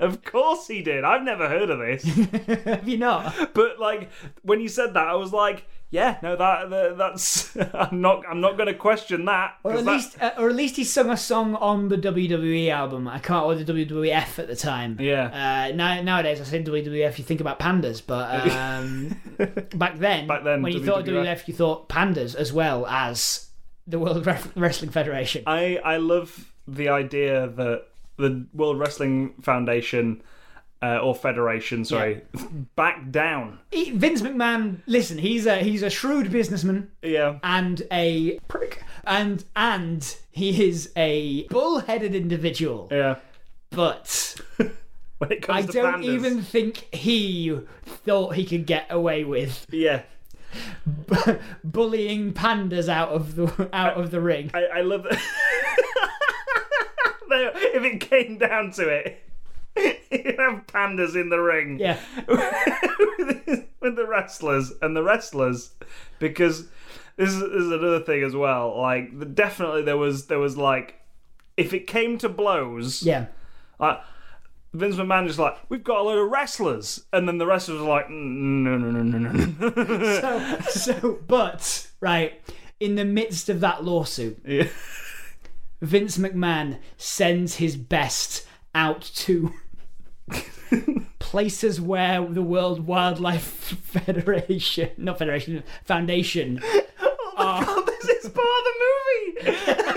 Speaker 1: Of course he did. I've never heard of this.
Speaker 2: Have you not?
Speaker 1: but like when you said that, I was like, yeah, no, that, that that's I'm not I'm not going to question that.
Speaker 2: Or
Speaker 1: 'cause
Speaker 2: at
Speaker 1: that-
Speaker 2: least, uh, or at least he sung a song on the WWE album. I can't, or the WWF at the time.
Speaker 1: Yeah.
Speaker 2: Uh, now, nowadays, I say WWF, you think about pandas, but um, back then,
Speaker 1: Back then,
Speaker 2: when you thought
Speaker 1: WWF.
Speaker 2: WWF, you thought pandas as well as the World Ref- Wrestling Federation.
Speaker 1: I I love the idea that the World Wrestling Foundation uh, or Federation, sorry, back down.
Speaker 2: He- Vince McMahon, listen, he's a he's a shrewd businessman
Speaker 1: Yeah,
Speaker 2: and a prick, and and he is a bull-headed individual,
Speaker 1: yeah.
Speaker 2: but.
Speaker 1: When it
Speaker 2: I
Speaker 1: comes to
Speaker 2: don't
Speaker 1: pandas,
Speaker 2: even think he thought he could get away with
Speaker 1: yeah.
Speaker 2: bullying pandas out of the out of the ring.
Speaker 1: I, I love that. No, if it came down to it, you'd have pandas in the ring.
Speaker 2: Yeah,
Speaker 1: with the wrestlers and the wrestlers because this is, this is another thing as well like the- definitely there was there was like if it came to blows
Speaker 2: yeah.
Speaker 1: like, Vince McMahon just like we've got a load of wrestlers and then the wrestlers were like "Mm, no no no no no no
Speaker 2: So, so but right in the midst of that lawsuit,
Speaker 1: Yeah.
Speaker 2: Vince McMahon sends his best out to places where the World Wildlife Federation, not Federation, Foundation,
Speaker 1: oh, this is part of the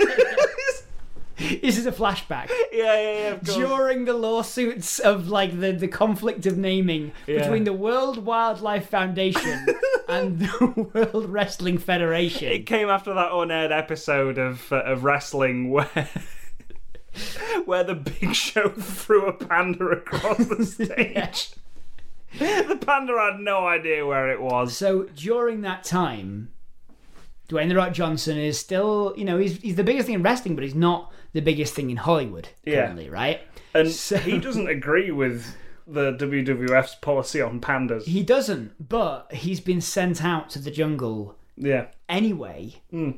Speaker 1: movie
Speaker 2: this is a flashback.
Speaker 1: yeah yeah yeah of course
Speaker 2: during the lawsuits of like the, the conflict of naming between the World Wildlife Foundation and the World Wrestling Federation.
Speaker 1: it came after that unaired episode of uh, of wrestling where where the big show threw a panda across the stage. The panda had no idea where it was.
Speaker 2: so during that time, Dwayne the Rock Johnson is still, you know, he's he's the biggest thing in wrestling, but he's not the biggest thing in Hollywood
Speaker 1: Yeah.
Speaker 2: currently, right?
Speaker 1: And
Speaker 2: so-
Speaker 1: he doesn't agree with the WWF's policy on pandas.
Speaker 2: He doesn't, but he's been sent out to the jungle
Speaker 1: Yeah.
Speaker 2: anyway
Speaker 1: Hmm.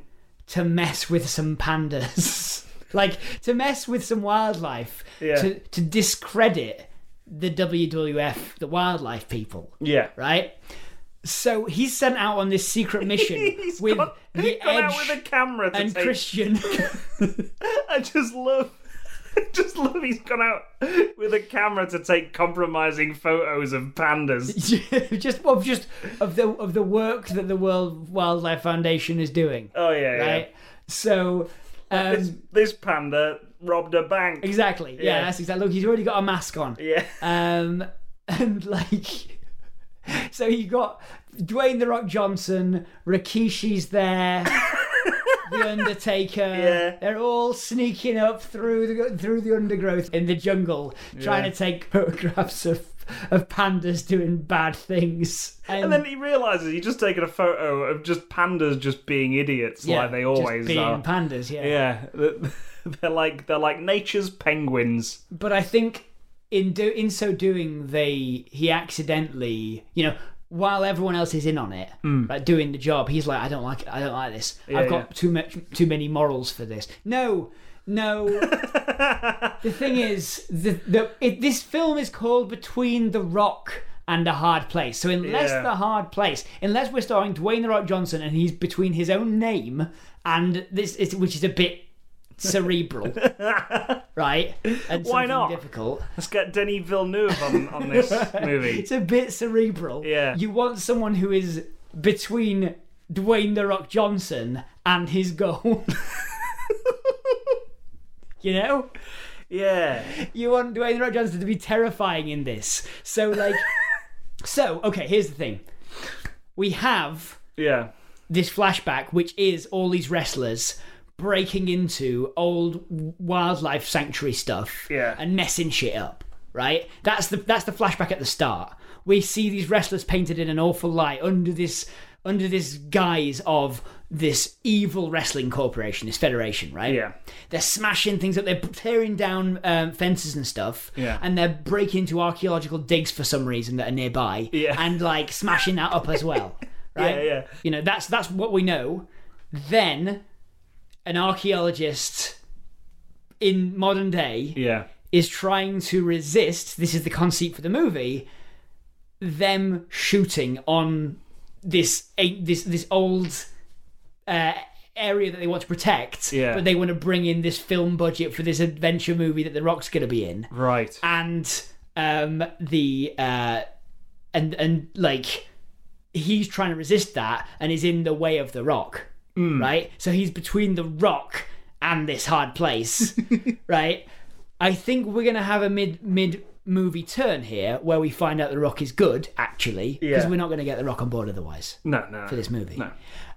Speaker 2: to mess with some pandas. like to mess with some wildlife.
Speaker 1: Yeah.
Speaker 2: To to discredit the WWF, the wildlife people,
Speaker 1: Yeah.
Speaker 2: right? So he's sent out on this secret mission
Speaker 1: He's
Speaker 2: with
Speaker 1: gone-
Speaker 2: the
Speaker 1: gone out
Speaker 2: Edge
Speaker 1: with a camera to
Speaker 2: and
Speaker 1: take-
Speaker 2: Christian.
Speaker 1: I just love just love he's gone out with a camera to take compromising photos of pandas.
Speaker 2: just of just of the of the work that the World Wildlife Foundation is doing,
Speaker 1: Oh yeah, yeah.
Speaker 2: right? So
Speaker 1: This,
Speaker 2: um,
Speaker 1: this panda robbed a bank.
Speaker 2: exactly, yeah,
Speaker 1: Yeah.
Speaker 2: that's exactly. Look, he's already got a mask on.
Speaker 1: Yeah.
Speaker 2: Um, and like, so you got Dwayne the Rock Johnson, Rikishi's there, the Undertaker.
Speaker 1: Yeah.
Speaker 2: They're all sneaking up through the through the undergrowth in the jungle, trying
Speaker 1: Yeah.
Speaker 2: to take photographs of of pandas doing bad things.
Speaker 1: And then he realizes he's just taken a photo of just pandas just being idiots,
Speaker 2: yeah,
Speaker 1: like they
Speaker 2: just
Speaker 1: always
Speaker 2: being
Speaker 1: are.
Speaker 2: pandas. Yeah.
Speaker 1: yeah, That- they're like they're like nature's penguins.
Speaker 2: but I think in do in so doing, they he accidentally, you know, while everyone else is in on it, like doing the job, he's like, I don't like, it. I don't like this. I've got
Speaker 1: Hmm. yeah.
Speaker 2: too much, too many morals for this. No, no. the thing is, the, the it, this film is called Between the Rock. And a hard place. So unless
Speaker 1: Yeah.
Speaker 2: the hard place, unless we're starring Dwayne the Rock Johnson and he's between his own name and this, is, which is a bit cerebral, right? And
Speaker 1: Why
Speaker 2: something
Speaker 1: not?
Speaker 2: Difficult.
Speaker 1: Let's get Denis Villeneuve on, on this movie.
Speaker 2: It's a bit cerebral.
Speaker 1: Yeah.
Speaker 2: You want someone who is between Dwayne the Rock Johnson and his goal. you know,
Speaker 1: Yeah,
Speaker 2: you want Dwayne the Rock Johnson to be terrifying in this. So like, so okay. Here's the thing. We have
Speaker 1: yeah,
Speaker 2: this flashback, which is all these wrestlers breaking into old wildlife sanctuary stuff
Speaker 1: Yeah.
Speaker 2: and messing shit up. Right? That's the that's the flashback at the start. We see these wrestlers painted in an awful light under this under this guise of this evil wrestling corporation, this federation, right?
Speaker 1: yeah,
Speaker 2: They're smashing things up. They're tearing down um, fences and stuff.
Speaker 1: Yeah.
Speaker 2: And they're breaking into archaeological digs for some reason that are nearby.
Speaker 1: Yeah.
Speaker 2: And like smashing that up as well. Right.
Speaker 1: Yeah, yeah.
Speaker 2: You know that's that's what we know. Then, an archaeologist in modern day
Speaker 1: yeah,
Speaker 2: is trying to resist. This is the conceit for the movie. Them shooting on this a- this this old uh, area that they want to protect,
Speaker 1: Yeah.
Speaker 2: but they want to bring in this film budget for this adventure movie that The Rock's going to be in,
Speaker 1: right.
Speaker 2: and um, the uh, and and like he's trying to resist that and is in the way of The Rock,
Speaker 1: Hmm.
Speaker 2: right? So he's between The Rock and this hard place, right? I think we're gonna have a mid mid movie turn here where we find out the Rock is good actually because
Speaker 1: Yeah.
Speaker 2: we're not gonna get the Rock on board otherwise
Speaker 1: No, no,
Speaker 2: for this movie.
Speaker 1: No.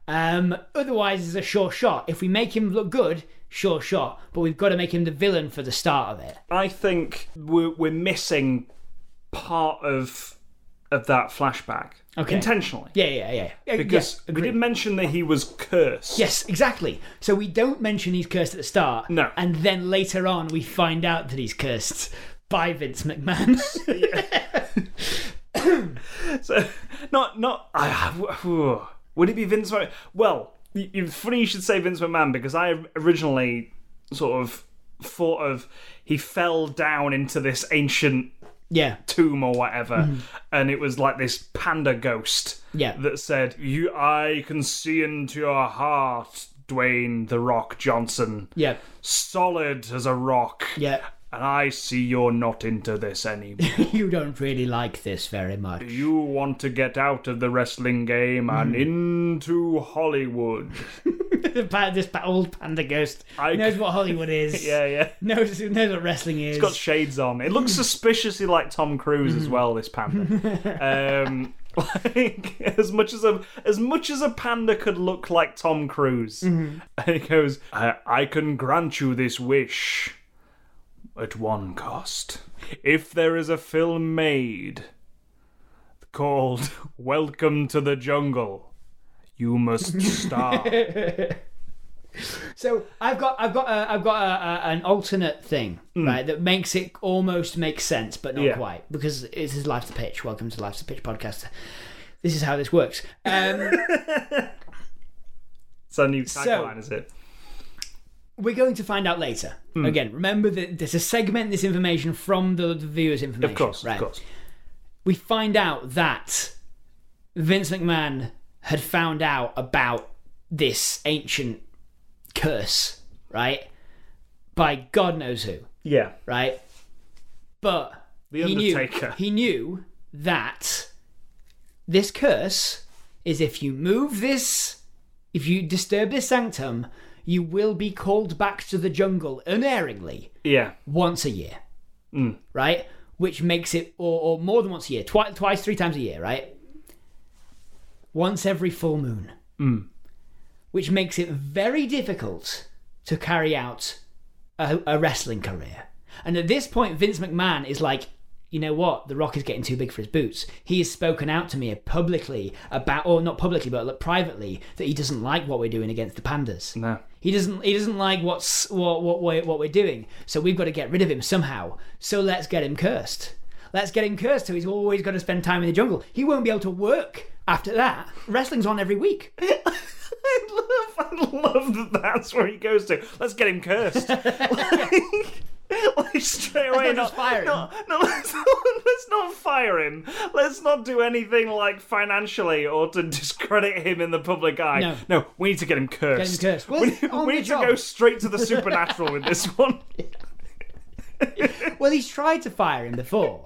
Speaker 2: Um, otherwise, it's a sure shot. If we make him look good, sure shot. But we've got to make him the villain for the start of it.
Speaker 1: I think we're, we're missing part of of that flashback
Speaker 2: Okay.
Speaker 1: intentionally
Speaker 2: Yeah, yeah, yeah. yeah.
Speaker 1: because
Speaker 2: yeah,
Speaker 1: we
Speaker 2: agreed.
Speaker 1: did mention that he was cursed.
Speaker 2: Yes, exactly. So we don't mention he's cursed at the start.
Speaker 1: No.
Speaker 2: And then later on, we find out that he's cursed by Vince McMahon.
Speaker 1: So, not not. I, I- would it be Vince? McMahon? Well, y- it's funny you should say Vince McMahon because I originally sort of thought of he fell down into this ancient
Speaker 2: yeah.
Speaker 1: tomb or whatever, and it was like this panda ghost
Speaker 2: Mm-hmm. Yeah.
Speaker 1: that said, "You, I can see into your heart, Dwayne the Rock Johnson,
Speaker 2: Yeah.
Speaker 1: solid as a rock."
Speaker 2: Yeah.
Speaker 1: And I see you're not into this anymore.
Speaker 2: you don't really like this very much.
Speaker 1: You want to get out of the wrestling game and
Speaker 2: Mm.
Speaker 1: into Hollywood.
Speaker 2: The pa- this pa- old panda ghost
Speaker 1: I-
Speaker 2: knows what Hollywood is.
Speaker 1: Yeah, yeah.
Speaker 2: Knows, knows what wrestling is.
Speaker 1: It's got shades on. It looks suspiciously like Tom Cruise
Speaker 2: Hmm.
Speaker 1: as well. This panda. um, like as much as a as much as a panda could look like Tom Cruise,
Speaker 2: Mm-hmm.
Speaker 1: and he goes, I, "I can grant you this wish, at one cost. If there is a film made called Welcome to the Jungle, you must star."
Speaker 2: So I've got I've got a, I've got a, a, an alternate thing right that makes it almost make sense, but not
Speaker 1: Hmm. Yeah.
Speaker 2: quite because this is Life to Pitch. Welcome to Life to Pitch podcast. This is how this works. Um,
Speaker 1: It's our new
Speaker 2: So-
Speaker 1: tagline, is it?
Speaker 2: we're going to find out later.
Speaker 1: Hmm.
Speaker 2: Again, remember that there's a segment this information from the, the viewers' information.
Speaker 1: Of course,
Speaker 2: right?
Speaker 1: of course.
Speaker 2: We find out that Vince McMahon had found out about this ancient curse, right? By God knows who.
Speaker 1: Yeah.
Speaker 2: right? But
Speaker 1: The
Speaker 2: he
Speaker 1: Undertaker.
Speaker 2: knew he knew that this curse is if you move this, if you disturb this sanctum, you will be called back to the jungle unerringly
Speaker 1: Yeah.
Speaker 2: once a year,
Speaker 1: Hmm.
Speaker 2: right? Which makes it, or, or more than once a year, twice, twice, three times a year, right? Once every full moon. which makes it very difficult to carry out a, a wrestling career. And at this point, Vince McMahon is like, you know what? The Rock is getting too big for his boots. He has spoken out to me publicly about, or not publicly, but like, privately, that he doesn't like what we're doing against the pandas.
Speaker 1: No.
Speaker 2: He doesn't. He doesn't like what's what what we're, what we're doing. So we've got to get rid of him somehow. So let's get him cursed. Let's get him cursed. So he's always got to spend time in the jungle. He won't be able to work after that. Wrestling's on every week.
Speaker 1: I love, I love that that's where he goes to. Let's get him cursed. like, like, straight away.
Speaker 2: not just fire him.
Speaker 1: No, no, let's, not, let's not fire him. Let's not do anything like financially or to discredit him in the public eye.
Speaker 2: No.
Speaker 1: we need to get him cursed.
Speaker 2: cursed. Well,
Speaker 1: we
Speaker 2: it's
Speaker 1: need,
Speaker 2: on
Speaker 1: we
Speaker 2: the
Speaker 1: need to
Speaker 2: job.
Speaker 1: go straight to the supernatural with this one.
Speaker 2: Well, he's tried to fire him before,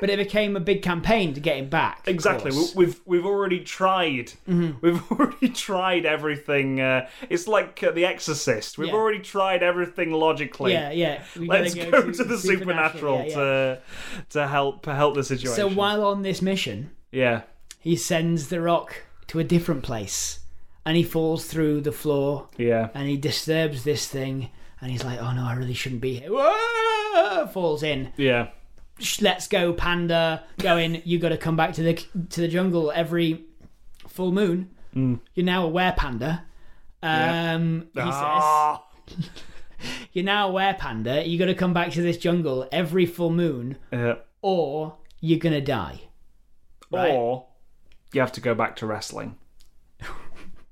Speaker 2: but it became a big campaign to get him back. of
Speaker 1: Exactly. We,
Speaker 2: course. Mm-hmm.
Speaker 1: we've we've already tried. We've already tried everything. Uh, it's like uh, The Exorcist. We've
Speaker 2: Yeah.
Speaker 1: already tried everything logically.
Speaker 2: Yeah, yeah. We gotta
Speaker 1: Let's go, to, the supernatural,
Speaker 2: yeah, yeah.
Speaker 1: to to help help the situation.
Speaker 2: So while on this mission,
Speaker 1: yeah,
Speaker 2: he sends the rock to a different place, and he falls through the floor
Speaker 1: yeah,
Speaker 2: and he disturbs this thing and he's like oh no i really shouldn't be here Whoa! falls in
Speaker 1: yeah,
Speaker 2: Sh- let's go panda going you got to come back to the to the jungle every full moon you're now aware panda um he says
Speaker 1: Mm. Ah,
Speaker 2: you're now aware panda you got to come back to this jungle every full moon
Speaker 1: yeah.
Speaker 2: or you're gonna die Right.
Speaker 1: Or you have to go back to wrestling.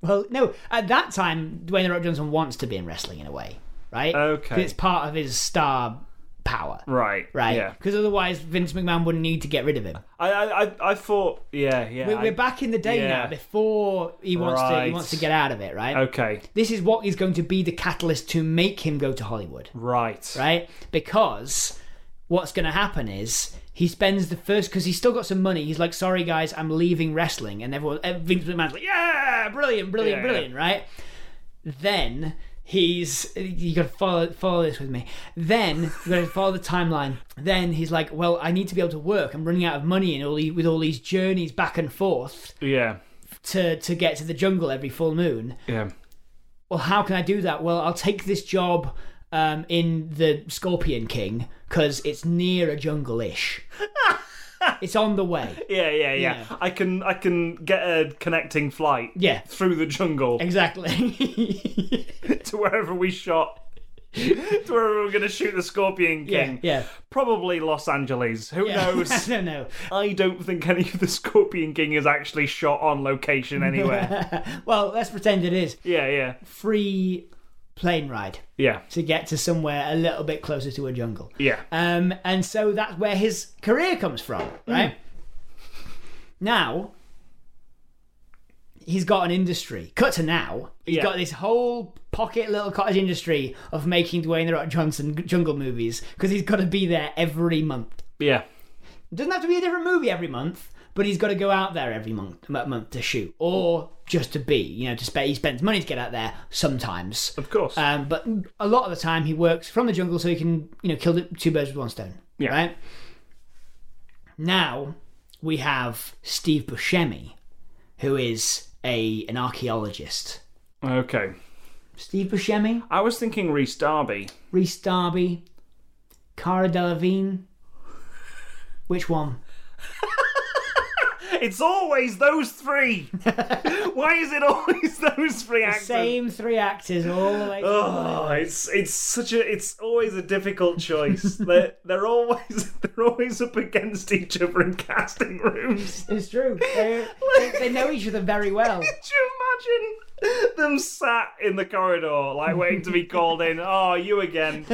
Speaker 2: well no at that time dwayne the rock johnson wants to be in wrestling in a way right
Speaker 1: Okay.
Speaker 2: 'Cause it's part of his star power
Speaker 1: Right,
Speaker 2: right?
Speaker 1: Yeah,
Speaker 2: Because otherwise, Vince McMahon wouldn't need to get rid of him.
Speaker 1: I, I, I- I thought, yeah, yeah.
Speaker 2: We're,
Speaker 1: I-
Speaker 2: we're back in the day
Speaker 1: yeah.
Speaker 2: now. Before he wants to, he
Speaker 1: Right.
Speaker 2: wants to get out of it, right?
Speaker 1: Okay,
Speaker 2: This is what is going to be the catalyst to make him go to Hollywood,
Speaker 1: right,
Speaker 2: right? Because what's going to happen is he spends the first because he's still got some money. He's like, "Sorry guys, I'm leaving wrestling," and everyone, eh, Vince McMahon's like, "Yeah, brilliant, brilliant,
Speaker 1: Yeah, yeah.
Speaker 2: brilliant," right? Then. He's you gotta follow follow this with me. Then you gotta follow the timeline. Then he's like, "Well, I need to be able to work. I'm running out of money and all the, with all these journeys back and forth
Speaker 1: yeah,
Speaker 2: to to get to the jungle every full moon
Speaker 1: yeah,
Speaker 2: well, how can I do that? Well, I'll take this job um, in the Scorpion King because it's near a jungle ish. it's on the way.
Speaker 1: yeah, yeah, yeah.
Speaker 2: Yeah.
Speaker 1: I can, I can get a connecting flight.
Speaker 2: Yeah,
Speaker 1: Through the jungle
Speaker 2: exactly.
Speaker 1: to wherever we shot, to wherever we're going to shoot the Scorpion
Speaker 2: yeah,
Speaker 1: King.
Speaker 2: yeah.
Speaker 1: Probably Los Angeles. Who
Speaker 2: yeah.
Speaker 1: knows?
Speaker 2: I don't know.
Speaker 1: I don't think any of the Scorpion King is actually shot on location anywhere.
Speaker 2: Well, let's pretend it is
Speaker 1: yeah, yeah,
Speaker 2: free plane ride
Speaker 1: yeah,
Speaker 2: to get to somewhere a little bit closer to a jungle.
Speaker 1: yeah.
Speaker 2: Um, and so that's where his career comes from,
Speaker 1: Hmm.
Speaker 2: right? Now, he's got an industry. Cut to now, he's
Speaker 1: Yeah.
Speaker 2: got this whole pocket little cottage industry of making Dwayne the Rock Johnson g- jungle movies because he's got to be there every month.
Speaker 1: yeah,
Speaker 2: Doesn't have to be a different movie every month, but he's got to go out there every month, m- month to shoot or just to be. You know, to spend he spends money to get out there sometimes,
Speaker 1: of course.
Speaker 2: um, but a lot of the time he works from the jungle, so he can you know kill the, two birds with one stone.
Speaker 1: Yeah.
Speaker 2: Right. Now we have Steve Buscemi, who is a an archaeologist.
Speaker 1: okay.
Speaker 2: Steve Buscemi,
Speaker 1: I was thinking Reese Darby.
Speaker 2: Reese Darby, Cara Delevingne. Which one?
Speaker 1: It's always those three. Why is it always those three actors?
Speaker 2: Same three actors all the way.
Speaker 1: Oh, it's it's such a it's always a difficult choice. they're they're always they're always up against each other in casting rooms.
Speaker 2: It's true. They, they, they know each other very well.
Speaker 1: Could you imagine them sat in the corridor, like waiting to be called in? Oh, you again.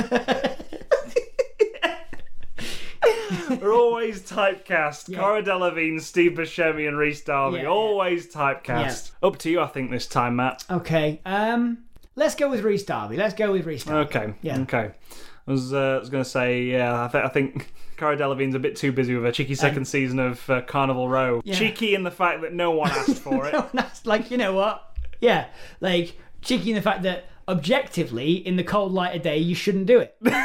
Speaker 1: They're always typecast. Cara Delevingne, Steve Buscemi, and Reese Darby.
Speaker 2: Yeah, yeah.
Speaker 1: Always typecast. Up to you, I think, this time, Matt.
Speaker 2: Okay. Um. Let's go with Reese Darby. Let's go with Reese Darby.
Speaker 1: Okay.
Speaker 2: Yeah.
Speaker 1: Okay. I was, uh, I was going to say, yeah, I, th- I think Cara Delevingne's a bit too busy with her
Speaker 2: Um,
Speaker 1: cheeky second season of uh, Carnival Row. Cheeky in the fact that no one asked for it.
Speaker 2: and that's like you know what yeah like cheeky in the fact that objectively in the cold light of day you shouldn't do it yeah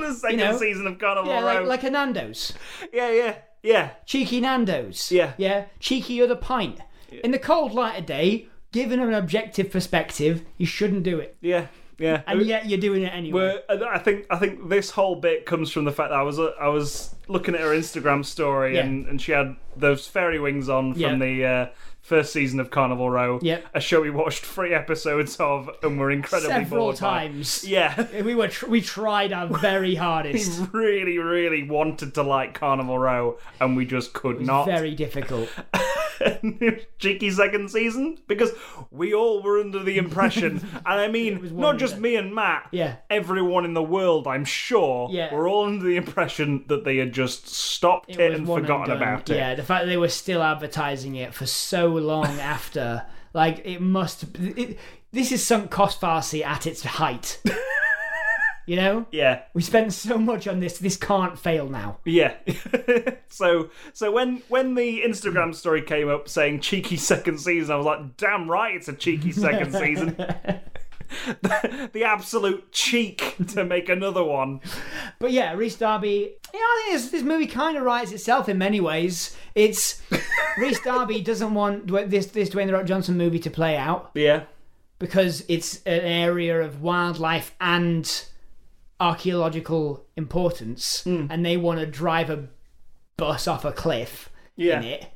Speaker 1: the second
Speaker 2: know.
Speaker 1: season of Carnival Row.
Speaker 2: like, like a nando's
Speaker 1: yeah, yeah, yeah.
Speaker 2: cheeky nando's
Speaker 1: Yeah.
Speaker 2: yeah cheeky other pint in the cold light of day given an objective perspective, you shouldn't do it.
Speaker 1: Yeah, yeah.
Speaker 2: And yet you're doing it anyway.
Speaker 1: Well, and I think I think this whole bit comes from the fact that I was uh, I was looking at her Instagram story
Speaker 2: Yeah.
Speaker 1: and, and she had those fairy wings on from
Speaker 2: Yeah.
Speaker 1: the uh, first season of Carnival Row.
Speaker 2: Yeah.
Speaker 1: a show we watched three episodes of and were incredibly
Speaker 2: Several
Speaker 1: bored by.
Speaker 2: times.
Speaker 1: Yeah,
Speaker 2: We were tr- we tried our very hardest.
Speaker 1: really, really wanted to like Carnival Row and we just could not.
Speaker 2: Very difficult.
Speaker 1: Cheeky second season because we all were under the impression, and I
Speaker 2: was
Speaker 1: mean
Speaker 2: one
Speaker 1: not
Speaker 2: of
Speaker 1: just
Speaker 2: the-
Speaker 1: me and Matt,
Speaker 2: Yeah.
Speaker 1: everyone in the world, I'm sure,
Speaker 2: Yeah.
Speaker 1: were all under the impression that they had just stopped it,
Speaker 2: was
Speaker 1: and
Speaker 2: one
Speaker 1: forgotten
Speaker 2: done.
Speaker 1: about it.
Speaker 2: Yeah, the fact that they were still advertising it for so long after, like it must. It, this is sunk cost farce at its height. you know,
Speaker 1: Yeah,
Speaker 2: we spent so much on this. This can't fail now.
Speaker 1: yeah. so, so when when the Instagram story came up saying cheeky second season, I was like, damn right, it's a cheeky second season. the, the absolute cheek to make another one.
Speaker 2: But yeah, Reese Darby. Yeah, I think this, this movie kind of writes itself in many ways. It's Reese Darby doesn't want Dwa- this this Dwayne the Rock Johnson movie to play out.
Speaker 1: Yeah,
Speaker 2: because it's an area of wildlife and archaeological importance,
Speaker 1: Hmm.
Speaker 2: and they want to drive a bus off a cliff
Speaker 1: yeah.
Speaker 2: in it,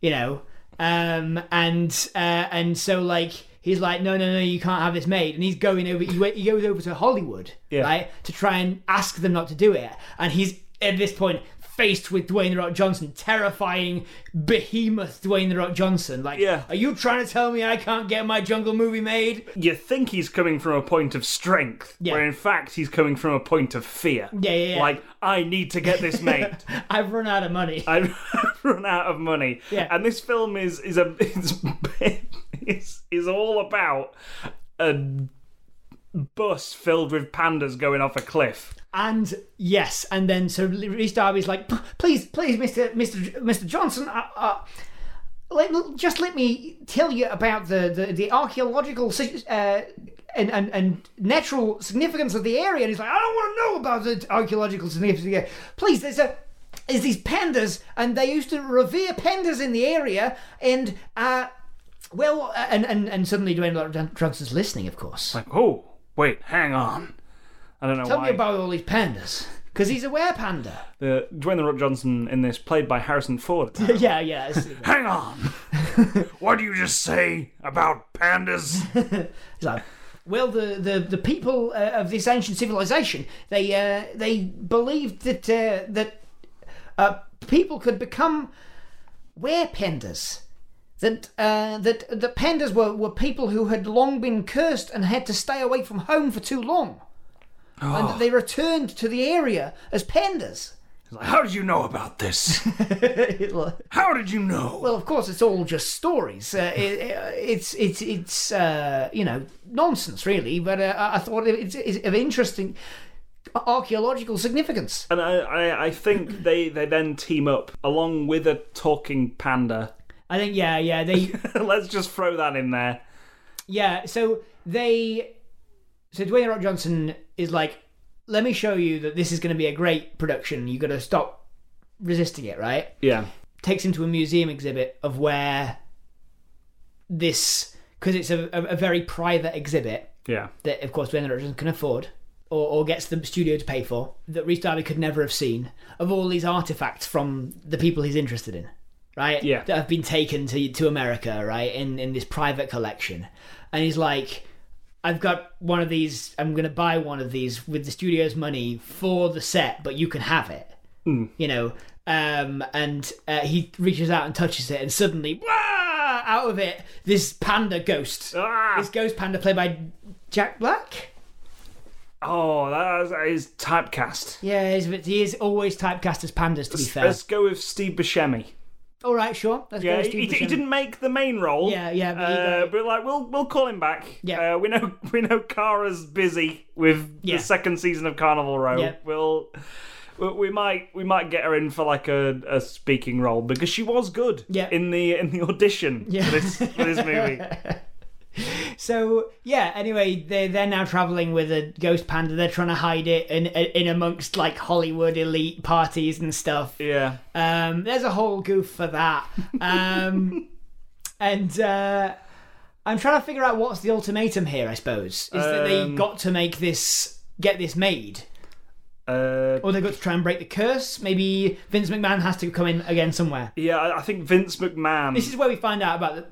Speaker 2: you know. Um, and uh, and so like he's like, no, no, no, you can't have this made, and he's going over. He, went- he goes over to Hollywood,
Speaker 1: Yeah.
Speaker 2: right, to try and ask them not to do it, and he's at this point. Faced with Dwayne the Rock Johnson, terrifying behemoth Dwayne the Rock Johnson. Like,
Speaker 1: Yeah.
Speaker 2: are you trying to tell me I can't get my jungle movie made?
Speaker 1: you think he's coming from a point of strength,
Speaker 2: Yeah.
Speaker 1: where in fact he's coming from a point of fear.
Speaker 2: Yeah, yeah, yeah.
Speaker 1: Like, I need to get this made.
Speaker 2: I've run out of money.
Speaker 1: I've run out of money.
Speaker 2: Yeah.
Speaker 1: And this film is is a is, is, is all about a bus filled with pandas going off a cliff.
Speaker 2: And yes, and then so Reese Darby's like, "P- please, please, Mister Mister Mister Johnson, uh, uh, let, just let me tell you about the the, the archaeological si- uh, and, and and natural significance of the area. And he's like, I don't want to know about the archaeological significance. of the area. Please, there's a is these pandas, and they used to revere pandas in the area, and uh, well, uh, and and and suddenly Dwayne The Rock Johnson's listening, of course.
Speaker 1: Like, oh, wait, hang on. I don't know
Speaker 2: Tell
Speaker 1: why.
Speaker 2: me about all these pandas. Because he's a were panda.
Speaker 1: the, Dwayne the Rock Johnson in this, played by Harrison Ford.
Speaker 2: yeah, yeah. It's, it's
Speaker 1: hang on. what do you just say about pandas?
Speaker 2: like, well, the, the, the people uh, of this ancient civilization, they uh, they believed that uh, that uh, people could become were pandas. That uh, that the pandas were, were people who had long been cursed and had to stay away from home for too long, and that they returned to the area as pandas.
Speaker 1: Like, How did you know about this? How did you know?
Speaker 2: Well, of course, it's all just stories. Uh, it, it's it's it's uh, you know nonsense, really. But uh, I I thought it- it's, it's of interesting archaeological significance.
Speaker 1: and I, I, I think they, they then team up along with a talking panda.
Speaker 2: I think yeah, yeah, they
Speaker 1: Let's just throw that in there.
Speaker 2: yeah. So they so Dwayne The Rock Johnson is like, let me show you that this is going to be a great production. You got to stop resisting it, right?
Speaker 1: Yeah.
Speaker 2: takes him to a museum exhibit of where this because it's a, a, a very private exhibit
Speaker 1: Yeah.
Speaker 2: that, of course, Dwayne The Rock Johnson can afford or, or gets the studio to pay for that Reese Darby could never have seen of all these artifacts from the people he's interested in, right?
Speaker 1: Yeah.
Speaker 2: That have been taken to, to America, right? In, in this private collection. And he's like, I've got one of these, I'm going to buy one of these with the studio's money for the set, but you can have it, you know? Um, and uh, he reaches out and touches it, and suddenly, wah, out of it, this panda ghost
Speaker 1: Ah!
Speaker 2: this ghost panda played by Jack Black.
Speaker 1: Oh, that is, that is typecast.
Speaker 2: Yeah, he's, but he is always typecast as pandas. To be fair.
Speaker 1: Let's go with Steve Buscemi.
Speaker 2: All right, sure. Let's go
Speaker 1: Yeah,
Speaker 2: with
Speaker 1: he,
Speaker 2: Steve
Speaker 1: he
Speaker 2: Buscemi.
Speaker 1: didn't make the main role.
Speaker 2: Yeah, yeah, but he
Speaker 1: uh,
Speaker 2: got-
Speaker 1: but like we'll we'll call him back.
Speaker 2: Yeah.
Speaker 1: uh, we know we know Kara's busy with
Speaker 2: Yeah.
Speaker 1: the second season of Carnival Row.
Speaker 2: Yeah.
Speaker 1: We'll we- we might we might get her in for like a, a speaking role because she was good
Speaker 2: Yeah.
Speaker 1: in the in the audition
Speaker 2: Yeah.
Speaker 1: for this for this movie.
Speaker 2: So yeah. Anyway, they they're now traveling with a ghost panda. They're trying to hide it in in amongst like Hollywood elite parties and stuff.
Speaker 1: yeah,
Speaker 2: Um, there's a whole goof for that. Um, and uh, I'm trying to figure out what's the ultimatum here. I suppose is that they
Speaker 1: Um,
Speaker 2: got to make this, get this made,
Speaker 1: Uh,
Speaker 2: or they got to try and break the curse. Maybe Vince McMahon has to come in again somewhere.
Speaker 1: yeah, I- I think Vince McMahon.
Speaker 2: This is where we find out about the,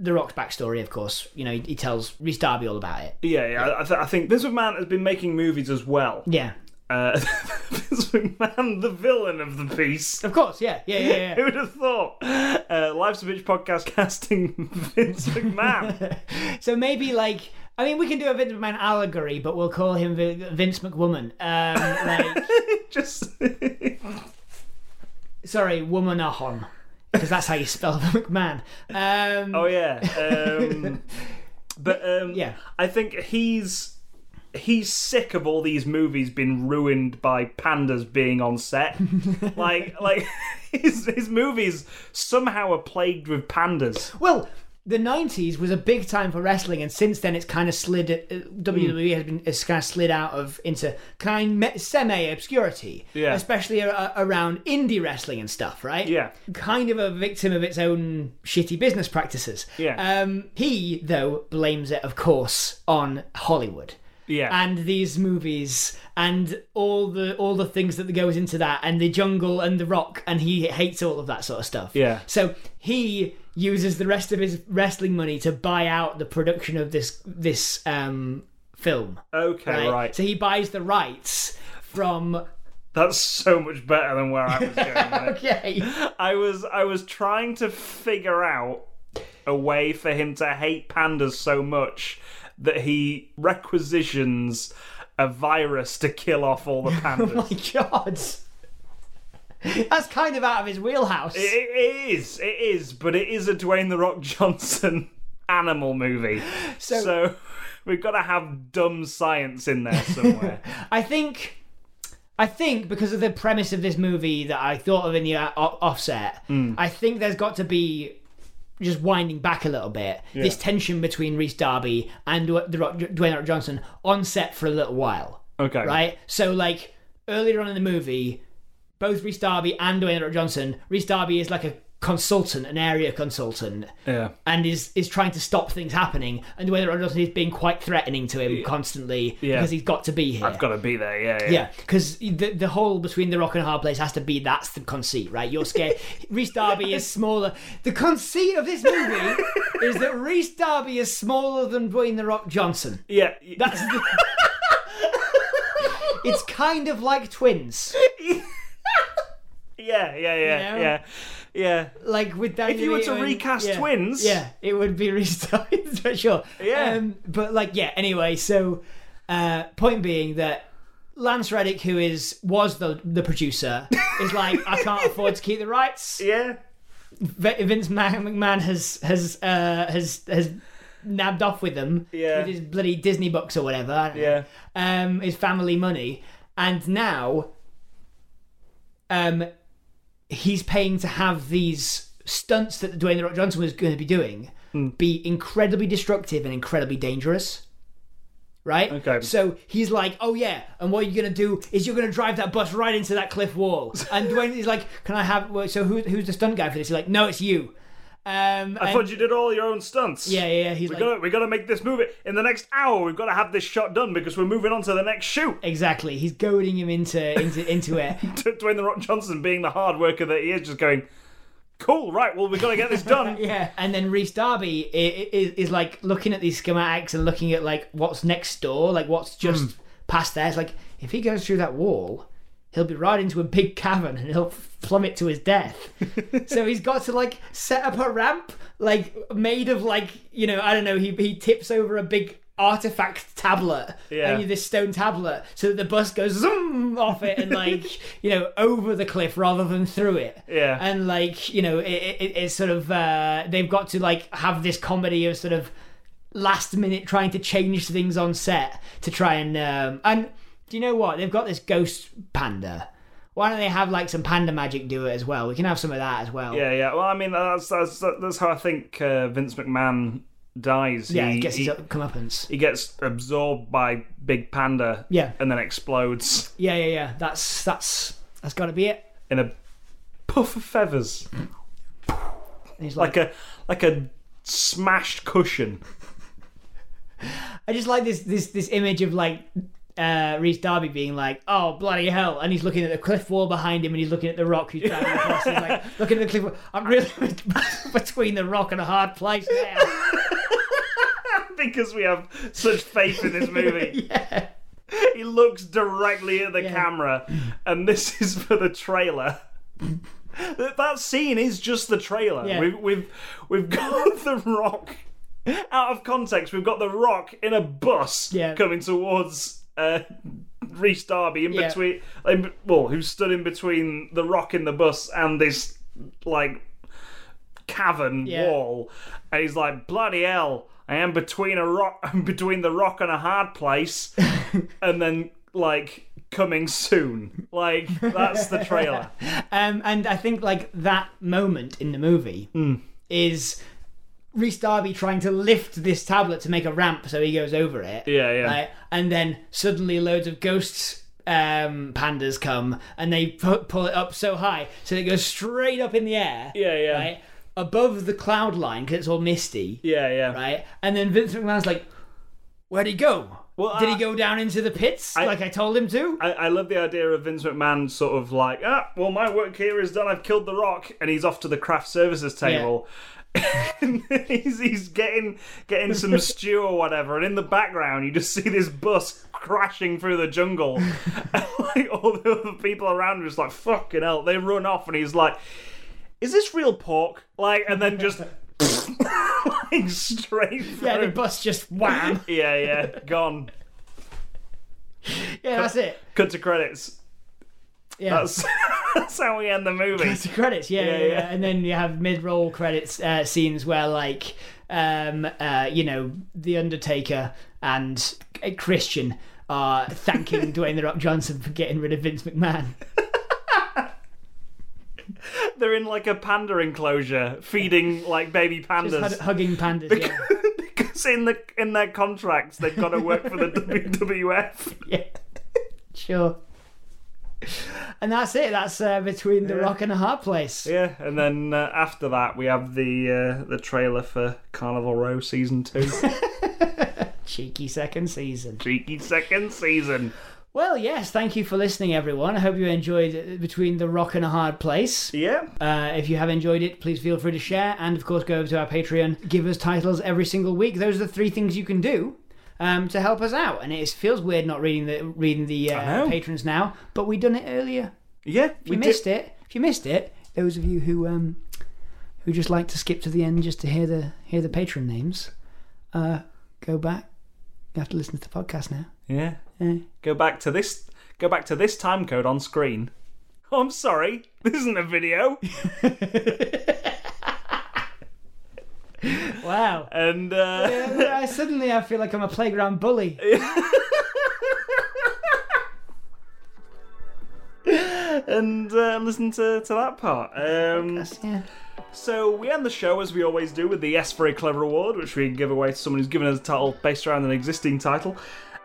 Speaker 2: the Rock's backstory. Of course, you know he, he tells Reese Darby all about it.
Speaker 1: yeah, yeah. I, th- I think Vince McMahon has been making movies as well.
Speaker 2: Yeah,
Speaker 1: Uh, Vince McMahon, the villain of the piece.
Speaker 2: of course. Yeah, yeah, yeah. yeah.
Speaker 1: Who would have thought? Uh, Life's a Bitch podcast casting Vince McMahon.
Speaker 2: So maybe like I mean we can do a Vince McMahon allegory, but we'll call him Vi- Vince McWoman. Um, like
Speaker 1: Just
Speaker 2: sorry, womanahon, because that's how you spell McMahon. Um,
Speaker 1: oh yeah, um, but um,
Speaker 2: Yeah.
Speaker 1: I think he's he's sick of all these movies being ruined by pandas being on set. like like his his movies somehow are plagued with pandas.
Speaker 2: Well, the '90s was a big time for wrestling, and since then it's kind of slid. uh,
Speaker 1: Hmm.
Speaker 2: WWE has been has kind of slid out of into kind semi obscurity,
Speaker 1: Yeah.
Speaker 2: especially a, around indie wrestling and stuff, right?
Speaker 1: Yeah.
Speaker 2: kind of a victim of its own shitty business practices.
Speaker 1: Yeah.
Speaker 2: Um, he though blames it, of course, on Hollywood.
Speaker 1: Yeah.
Speaker 2: and these movies and all the all the things that goes into that and the jungle and the rock and he hates all of that sort of stuff
Speaker 1: Yeah.
Speaker 2: so he uses the rest of his wrestling money to buy out the production of this this um film
Speaker 1: okay, right.
Speaker 2: so he buys the rights from
Speaker 1: That's so much better than where I was going. with it.
Speaker 2: okay oh
Speaker 1: I was I was trying to figure out a way for him to hate pandas so much that he requisitions a virus to kill off all the pandas.
Speaker 2: my god that's kind of out of his wheelhouse
Speaker 1: It- it is, it is, but it is a Dwayne the Rock Johnson animal movie. So, we've got to have dumb science in there somewhere.
Speaker 2: I think, I think because of the premise of this movie that I thought of in the uh, o- offset,
Speaker 1: Mm.
Speaker 2: I think there's got to be just winding back a little bit. This tension between Reese Darby and Dw- the Rock, Dwayne Rock Johnson on set for a little while,
Speaker 1: okay.
Speaker 2: right? So like earlier on in the movie, both Reese Darby and Dwayne Rock Johnson, Reese Darby is like a consultant, an area consultant,
Speaker 1: Yeah.
Speaker 2: and is is trying to stop things happening. And Dwayne Rock Johnson is being quite threatening to him constantly
Speaker 1: Yeah.
Speaker 2: because he's got to be here.
Speaker 1: I've got to be there. Yeah. Yeah.
Speaker 2: Yeah, because the, the whole between the rock and a hard place has to be that's the conceit, right? You're scared. Reese Darby is smaller. The conceit of this movie is that Reese Darby is smaller than Dwayne the Rock Johnson.
Speaker 1: Yeah.
Speaker 2: That's the- it's kind of like twins,
Speaker 1: yeah. Yeah. Yeah. Yeah.
Speaker 2: You know?
Speaker 1: Yeah. Yeah.
Speaker 2: like with Danny.
Speaker 1: If you were to
Speaker 2: DeVito and-
Speaker 1: recast
Speaker 2: yeah.
Speaker 1: twins-
Speaker 2: yeah, it would be Reese Darby for sure.
Speaker 1: Yeah.
Speaker 2: um, but like, yeah. Anyway, so uh, point being that Lance Reddick, who is was the the producer, is like, I can't afford to keep the rights.
Speaker 1: yeah.
Speaker 2: Ve- Vince Ma- McMahon has has uh, has has nabbed off with them
Speaker 1: Yeah.
Speaker 2: with his bloody Disney books or whatever. I don't know.
Speaker 1: Yeah.
Speaker 2: um, his family money, and now, um, he's paying to have these stunts that Dwayne the Rock Johnson was going to be doing
Speaker 1: Hmm.
Speaker 2: be incredibly destructive and incredibly dangerous. Right.
Speaker 1: Okay.
Speaker 2: So he's like, "Oh yeah," and what you're gonna do is you're gonna drive that bus right into that cliff wall. And Dwayne is like, "Can I have?" well, So who, who's the stunt guy for this? He's like, "No, it's you." Um,
Speaker 1: I thought you did all your own stunts.
Speaker 2: yeah, yeah, yeah. He's
Speaker 1: We
Speaker 2: like,
Speaker 1: gotta, we gotta make this movie in the next hour. We've gotta have this shot done because we're moving on to the next shoot.
Speaker 2: exactly. He's goading him into into into it.
Speaker 1: Dwayne the Rock Johnson being the hard worker that he is, just going, cool, right? Well, we gotta get this done.
Speaker 2: Yeah, and then Reese Darby is, is like looking at these schematics and looking at like what's next door, like what's just
Speaker 1: Hmm.
Speaker 2: past there. It's like if he goes through that wall, he'll be right into a big cavern and he'll plummet to his death. so he's got to like set up a ramp, like made of like you know I don't know. He he tips over a big artifact tablet
Speaker 1: Yeah.
Speaker 2: and this stone tablet so that the bus goes zoom off it and like you know over the cliff rather than through it
Speaker 1: Yeah.
Speaker 2: and like you know it, it, it's sort of uh, they've got to like have this comedy of sort of last minute trying to change things on set to try and um, and do you know what they've got this ghost panda why don't they have like some panda magic do it as well we can have some of that as well
Speaker 1: Yeah, yeah. Well, I mean, that's that's, that's how I think uh, Vince McMahon dies.
Speaker 2: yeah
Speaker 1: he,
Speaker 2: I guess
Speaker 1: he,
Speaker 2: it's up comeuppance
Speaker 1: he gets absorbed by Big Panda.
Speaker 2: Yeah.
Speaker 1: and then explodes
Speaker 2: yeah yeah yeah that's that's that's got to be it
Speaker 1: in a puff of feathers,
Speaker 2: And he's
Speaker 1: like a like a smashed cushion.
Speaker 2: I just like this this this image of like uh, Reese Darby being like, "Oh bloody hell!" and he's looking at the cliff wall behind him, and he's looking at the rock he's driving across. He's like, looking at the cliff. Wall. I'm really between the rock and a hard place now.
Speaker 1: because we have such faith in this movie. He looks directly at the camera, and this is for the trailer. that, that scene is just the trailer.
Speaker 2: Yeah.
Speaker 1: We've, we've we've got the Rock out of context. We've got the Rock in a bus
Speaker 2: Yeah.
Speaker 1: coming towards. Uh, Reese Darby in
Speaker 2: Yeah.
Speaker 1: between, in, well, who stood in between the rock in the bus and this like cavern
Speaker 2: Yeah.
Speaker 1: wall, and he's like, "Bloody hell, I am between a rock, I'm between the rock and a hard place," and then like coming soon, like that's the trailer.
Speaker 2: Um, and I think like that moment in the movie is Reese Darby trying to lift this tablet to make a ramp so he goes over it.
Speaker 1: Yeah, yeah.
Speaker 2: Right? And then suddenly loads of ghosts um pandas come and they pu- pull it up so high so it goes straight up in the air.
Speaker 1: Yeah, yeah.
Speaker 2: Right? Above the cloud line because it's all misty.
Speaker 1: Yeah, yeah.
Speaker 2: Right? And then Vince McMahon's like, Where'd he go?
Speaker 1: Well,
Speaker 2: Did
Speaker 1: I-
Speaker 2: he go down into the pits like I told him to?
Speaker 1: I, I love the idea of Vince McMahon sort of like, ah, well, my work here is done. I've killed the Rock, and he's off to the craft services table. And he's, he's getting getting some stew or whatever, and in the background you just see this bus crashing through the jungle. and like all the other people around him are just like fucking hell, they run off, and he's like, "Is this real pork?" Like, and then just like straight through.
Speaker 2: yeah, the bus just wham.
Speaker 1: yeah, yeah, gone.
Speaker 2: Yeah, that's it.
Speaker 1: Cut to credits.
Speaker 2: Yeah.
Speaker 1: That's, that's how we end the movie.
Speaker 2: It's the credits, yeah, yeah, yeah,
Speaker 1: yeah.
Speaker 2: And then you have mid-roll credits uh, scenes where, like, um, uh, you know, the Undertaker and C- Christian are thanking Dwayne the Rock Johnson for getting rid of Vince McMahon.
Speaker 1: They're in like a panda enclosure, feeding like baby
Speaker 2: Just hug-
Speaker 1: pandas.
Speaker 2: hugging pandas. Yeah.
Speaker 1: Because in the in their contracts, they've got to work for the WWF.
Speaker 2: yeah, sure. And that's it. That's uh, between the rock and a hard place.
Speaker 1: Yeah, and then uh, after that, we have the uh, the trailer for Carnival Row season two,
Speaker 2: Cheeky second season.
Speaker 1: cheeky second season.
Speaker 2: Well, yes. Thank you for listening, everyone. I hope you enjoyed uh, between the rock and a hard place.
Speaker 1: Yeah,
Speaker 2: Uh, if you have enjoyed it, please feel free to share and, of course, go over to our Patreon. Give us titles every single week. Those are the three things you can do um, to help us out. And it is, feels weird not reading the reading the uh,
Speaker 1: know.
Speaker 2: patrons now, but we done it earlier.
Speaker 1: yeah,
Speaker 2: If you missed it, if you missed it, those of you who um, who just like to skip to the end just to hear the hear the patron names, uh, go back. You have to listen to the podcast now.
Speaker 1: Yeah,
Speaker 2: Yeah.
Speaker 1: go back to this. Go back to this time code on screen. Oh, I'm sorry, this isn't a video.
Speaker 2: Wow.
Speaker 1: And uh,
Speaker 2: I, suddenly I feel like I'm a playground bully.
Speaker 1: and uh, listen to to that part. Um,
Speaker 2: Yeah.
Speaker 1: So we end the show as we always do with the Yes Very Clever Award, which we give away to someone who's given us a title based around an existing title.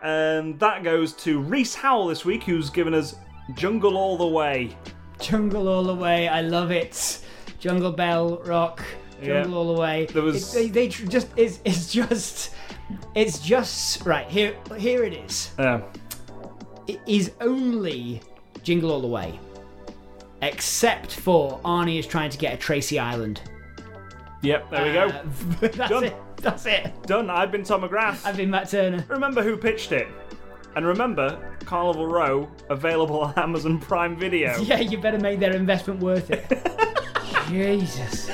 Speaker 1: And that goes to Reese Howell this week, who's given us Jungle All the Way.
Speaker 2: Jungle all the way. I love it. Jungle Bell Rock. Jungle
Speaker 1: Yeah.
Speaker 2: all the way. There
Speaker 1: was-
Speaker 2: they, they tr- just it's it's just it's just right here. Here it is.
Speaker 1: Uh,
Speaker 2: It is only Jingle All the Way, except for Arnie is trying to get a Tracy Island.
Speaker 1: yep, there we go.
Speaker 2: Uh, that's
Speaker 1: Done.
Speaker 2: it. That's it.
Speaker 1: Done. I've been Tom McGrath.
Speaker 2: I've been Matt Turner.
Speaker 1: Remember who pitched it. And remember, Carnival Row, available on Amazon Prime Video.
Speaker 2: Yeah, you better make their investment worth it. Jesus.